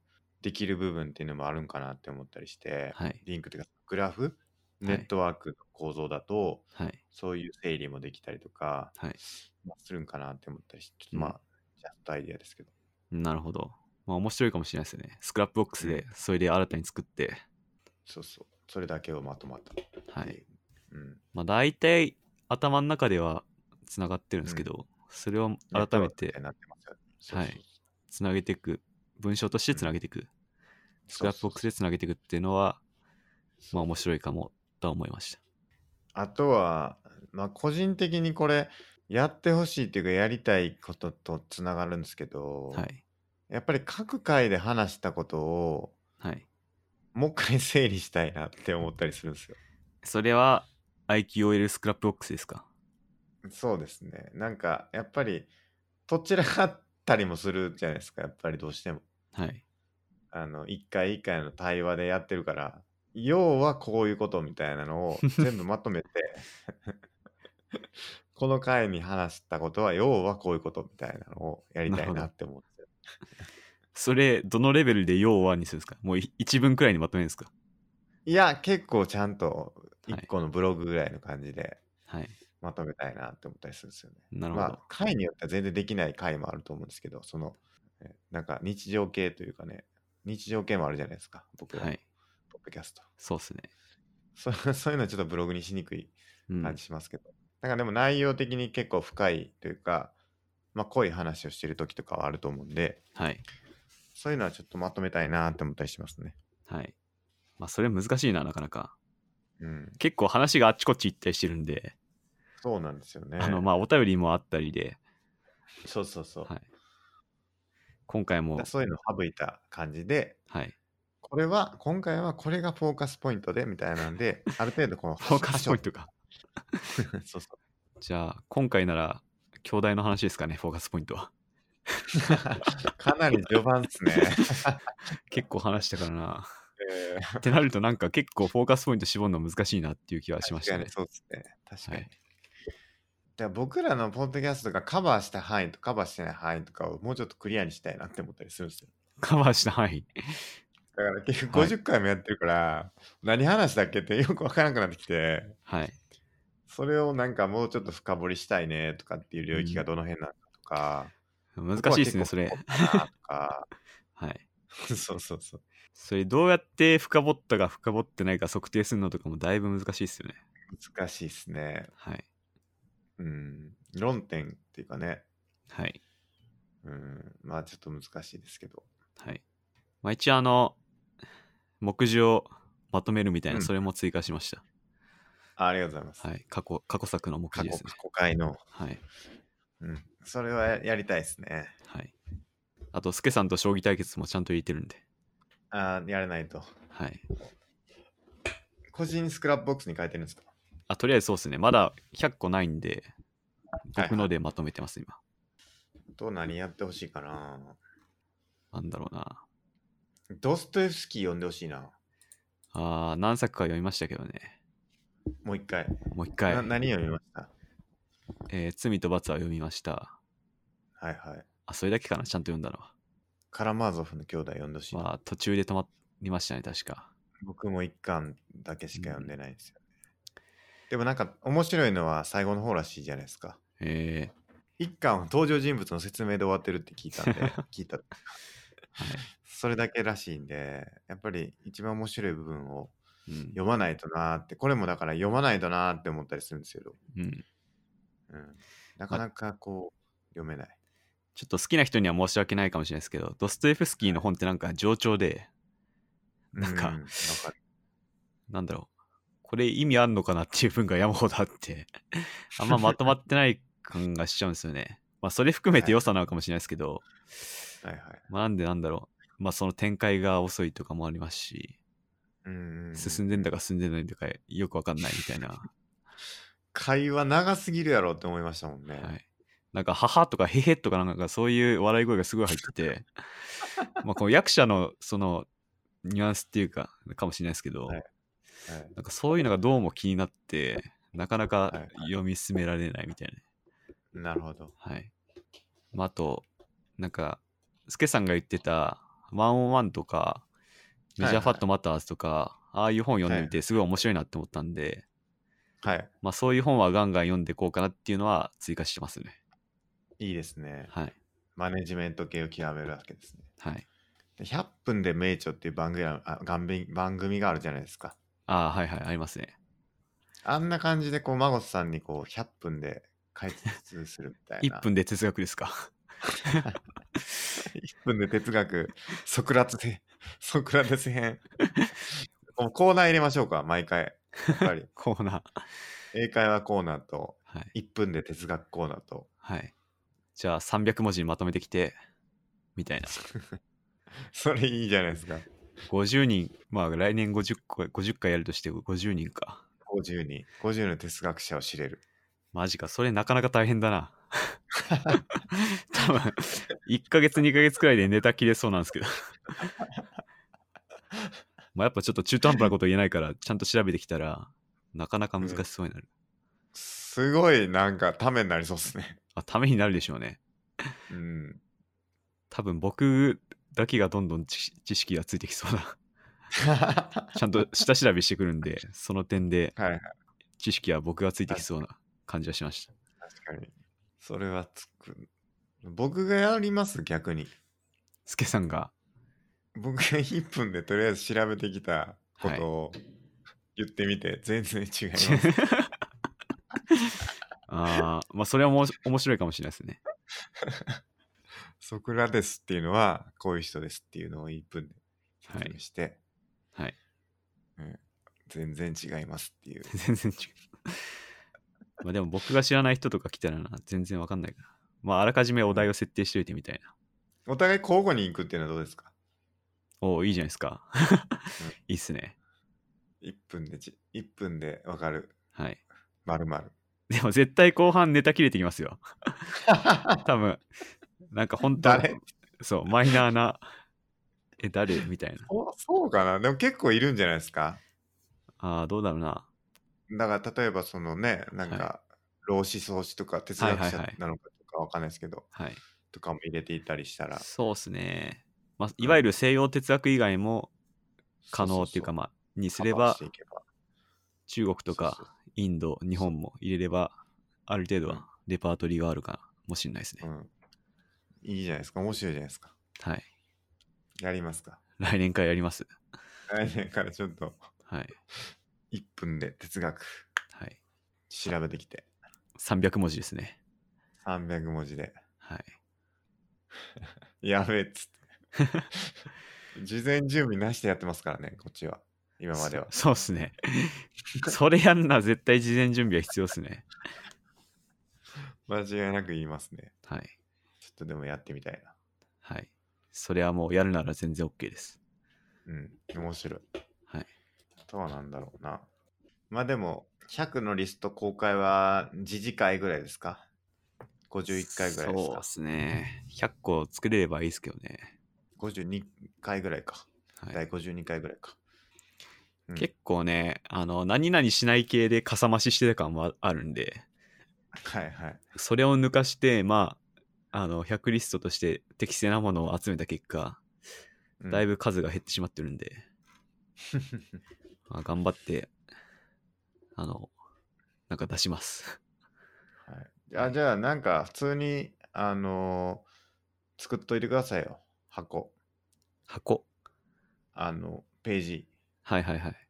できる部分っていうのもあるんかなって思ったりして、はい。リンクっていうか、グラフ、いネットワークの構造だと、はい。そういう整理もできたりとか、はい。まあするんかなって思ったりして、ちょっとうんまあ、ジャストアイディアですけど。なるほど。まあ面白いかもしれないですね。スクラップボックスで、それで新たに作って、そうそう。それだけをまとまった。は。。はいうんまあ、大体頭の中ではつながってるんですけど、それを改めてなってますよそうはいつなげていく文章としてつなげていく、スクそうそうラップボックスでつなげていくっていうのはまあ面白いかもとは思いましたあとは、まあ、個人的にこれやってほしいっていうかやりたいこととつながるんですけど、はいやっぱり各回で話したことをはいもう一回整理したいなって思ったりするんですよ。それは IQOL スクラップボックスですかそうですね。なんかやっぱりどちらかったりもするじゃないですかやっぱりどうしても。はいあの一回一回の対話でやってるから要はこういうことみたいなの を全部まとめて この回に話したことは要はこういうことみたいなのをやりたいなって思うんですよ。それどのレベルで要はにするんですかもうい一文くらいにまとめるんですかいや結構ちゃんとはい1個のブログぐらいの感じではいまとめたいなって思ったりするんですよね。なるほど、まあ回によっては全然できない回もあると思うんですけどそのえなんか日常系というかね日常系もあるじゃないですか僕らはのいポッドキャスト。そうっすね、そ そういうのはちょっとブログにしにくいうん、感じしますけど、なんかでも内容的に結構深いというか、まあ、濃い話をしてる時とかはあると思うんではいそういうのはちょっとまとめたいなって思ったりしますね。はいまあそれ難しいななかなかうん、結構話があっちこっち行ったりしてるんで、そうなんですよね。あのまあお便りもあったりで、そうそうそう。はい、今回もだそういうのを省いた感じで、はいこれは、今回はこれがフォーカスポイントでみたいなんで、ある程度この フォーカスポイントかト。そうそじゃあ今回なら兄弟の話ですかねフォーカスポイントはう。 かなり序盤ですね。結構話したから なえーってなるとなんか結構フォーカスポイント絞るの難しいなっていう気は しまし確かたねにそうですね。確かに。はいだから僕らのポッドキャストがカバーした範囲とカバーしてない範囲とかをもうちょっとクリアにしたいなって思ったりするんですよ。カバーした範囲だから結局はい50回もやってるから、何話だっけって よくわからなくなってきて、はいそれをなんかもうちょっと深掘りしたいねとかっていう領域がどの辺なのかとか、難しいですねそれここは結構深掘ったなとか、 はいそうそうそう。それどうやって深掘ったか深掘ってないか測定するのとかもだいぶ難しいですよね難しいですね。はいうん。論点っていうかね、はいうん。まあちょっと難しいですけど。はいまあ一応あの目次をまとめるみたいな、うんそれも追加しましたあありがとうございます。はい、過去過去作の目過次で去すね過。去回の、はい、うん。それはややりたいですね。はい。あと、スケさんと将棋対決もちゃんと入れてるんで、ああ、やらないと。はい。個人スクラップボックスに変えてるんですかあ、とりあえずそうですね、まだ100個ないんで、僕のでまとめてます、今。と何やってほしいかななんだろうな。ドストエフスキー読んでほしいな。あー何作か読みましたけどね。もう一回。もう一な回、何読みましたえー罪と罰は読みました。はいはい。あ、それだけかな、ちゃんと読んだのは。カラマーゾフの兄弟読んでほしいな。まあ、途中で止まりましたね、確か。僕も一巻だけしか読んでないんですよ、ねでもなんか面白いのは最後の方らしいじゃないですか。え一巻は登場人物の説明で終わってるって聞いた んで、聞いた。それだけらしいんで、やっぱり一番面白い部分をーうん読まないとなーって、これもだから読まないとなーって思ったりするんですけど、うん。うん、なかなかこう読めない。ちょっと好きな人には申し訳ないかもしれないですけど、ドストエフスキーの本ってなんか冗長で、なんかうわるなんだろう、これ意味あんのかなっていう文が山ほど あって、あんままとまってない感がしちゃうんですよね。まあ、それ含めて良さなのかもしれないですけど、はいはい。まあ、なんでなんだろう、まあ、その展開が遅いとかもありますし、うんうん、進んでんだか進んでないんだかよくわかんないみ たいな。会話長すぎるやろって思いましたもんね。はい。なんか、母とかへへとかなんかそういう笑い声がすごい入っ てて、まあ、この役者のその、ニュアンスっていうか、かもしれないですけど、はいはいなんかそういうのがどうも気になって、なかなはかい読み進められないみたいな。なるほど。はい。まあ、あと、なんか、スケさんが言ってた、ワンオンワンとか、メジャーファットマターズとか、ああいう本読んでみて、すごい面白いなって思ったんで、はい。まあ、そういう本はガンガン読んでいこうかなっていうのは追加してますね。いいですね。はい。マネジメント系を極めるわけですね。はい。で100分で名著っていう番組あ番組番組があるじゃないですか。ああ、はいはい、ありますね。あんな感じで、こう、マゴスさんにこう、100分で解説するみたい な。 1分で哲学ですか。 1分で哲学、ソクラテス、 ソクラテス編。もうコーナー入れましょうか、毎回。やっぱ り、コーナー。英会話コーナーと、はい。 1分で哲学コーナーと、はい。じゃあ300文字にまとめてきて、みたいな。それいいじゃないですか。 50人、まあ来年50個、50回やるとして50人か。 50人、50の哲学者を知れる。マジか、それなかなか大変だな。多分1ヶ月2ヶ月くらいでネタ切れそうなんですけどまあやっぱちょっと中途半端なこと言えないからちゃんと調べてきたらなかなか難しそうになる、すごい、なんか、ためになりそうですね。 あためになるでしょうねうん。多分僕だけがどんどん知知識がついてきそうなちゃんと下調べしてくるんでその点ではいはい知識は僕がついてきそうな感じがしました確かに。それはつく。僕がやります、逆に。スケさんが僕が1分でとりあえず調べてきたことを言ってみて、全然違い ます。あーまあそれはおもし面白いかもしれないですねソクラテスっていうのはこういう人ですっていうのを1分では説い明して、はい全然違いますっていう。全然違 う。まあでも僕が知らない人とか来たらな、全然わかんないから。まああらかじめお題を設定しておいてみたいな。お互い交互に行くっていうのはどうですかおお、いいじゃないですか。いいっすね。 ?1 分でち、1分でわかる。はい。まるまる。でも絶対後半ネタ切れてき ますよ。多分なんか本当誰そう、マイナーな、え、誰みたいな。おそうかなでも結構いるんじゃないですかああ、どうだろうな。だから例えばそのね、なんか、老子創始とか哲学はいはいは者いなのかとかわかんないですけど、はい。とかも入れていたりしたら。そうっすね。まあ、いわゆる西洋哲学以外も可能っていうか、ままあ、にあすればして、いけば中国とそうかインド日本も入れればある程う度んはレパートリーがあるかもしれないですね、うん。いいじゃないですか。面白いじゃないですか。はいやりますか。来年からやります来年からちょっとはい1分で哲学はい調べてきて300文字ですね300文字ではいやべえっつって 事前準備なしでやってますからねこっちは今まではそそうっす ねそれやんな絶対事前準備は必要っすね間違いなく言いますねはいちょっとでもやってみたいなはいそれはもうやるなら全然 OK ですうん面白いはいあとは何だろうなまあでも100のリスト公開は次次回ぐらいですか51回ぐらいですそうかっすね100個作れればいいですけどね、 52回ぐらいか、はい第52回ぐらいか、うん結構ねあの何々しない系でかさ増ししてた感もああるんではいはいそれを抜かして、まあ、あの、100リストとして適正なものを集めた結果、うんだいぶ数が減ってしまってる んで、まあ、頑張って、あの、なんか出します。はい、あじゃあなんか普通にあのー作っといてくださいよ箱箱。あのページはいはいはい。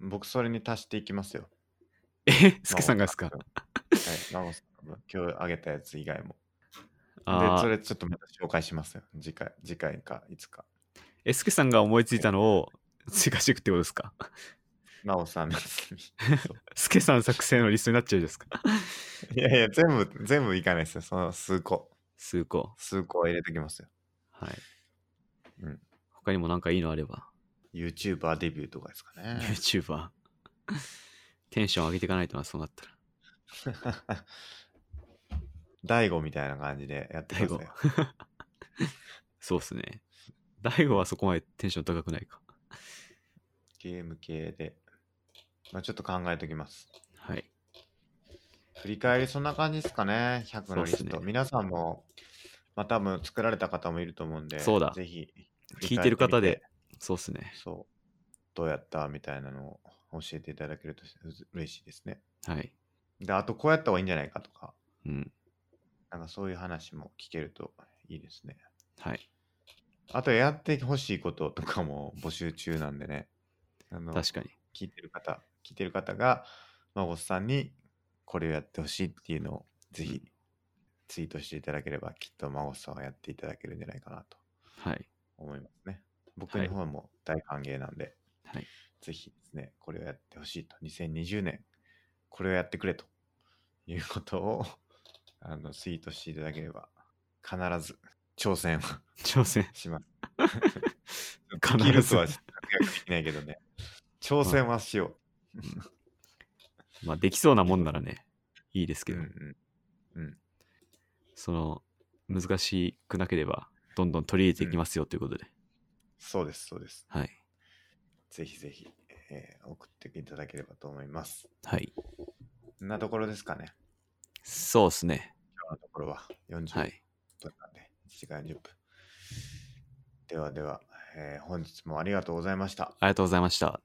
僕それに足していきますよえ、すけさんがですかはい孫さんの今日あげたやつ以外もであそーれちょっとまた紹介しますよ次回次回かいつかえ、すけさんが思いついたのを追加していくってことで すか真央さん夏美 そすけさん作成のリストになっちゃうじゃないですかういやいや全部全部いかないですよその数個数個。数個は入れてきますよはい。うん他にもなんかいいのあれば、 YouTuber デビューとかですかね YouTuber。テンション上げていかないとな、そうなったら。大悟みたいな感じでやってくださいよそうっすね。大悟はそこまでテンション高くないか。ゲーム系で。まあ、ちょっと考えときます。はい。振り返りそんな感じですかね、100のリスそうっすト。ね皆さんも、まあ多分作られた方もいると思うんで、そうだぜひ、聞いてる振り返っ方でて、そうっすねみて。。そう。どうやったみたいなのを教えていただけるとうず嬉しいですね。はい。で、あとこうやった方がいいんじゃないかとか、うん。なんかそういう話も聞けるといいですね。はい。あとやってほしいこととかも募集中なんでね。あの確かに。聞いてる方、聞いてる方がマゴスさんにこれをやってほしいっていうのをぜひツイートしていただければきっとマゴスさんはやっていただけるんじゃないかなとはい。思いますね。僕の方も大歓迎なんで、はいぜひですね、これをやってほしいと。2020年、これをやってくれということを あのツイートしていただければ、必ず挑戦を挑戦。 します。必ずできる とは活躍できないけどね、挑戦は しよまあ、できそうなもんならね、いいですう。けど、うんうんうん、その、難しくなければ、どんどん取り入れていきますよということで。そうです、そうです。はい。ぜひぜひ、えー送っていただければと思います。はい。こんなところですかね、そうですね。今日のところは40はい。分なんで、1時間40分。ではでは、えー本日もありがとうございました。ありがとうございました。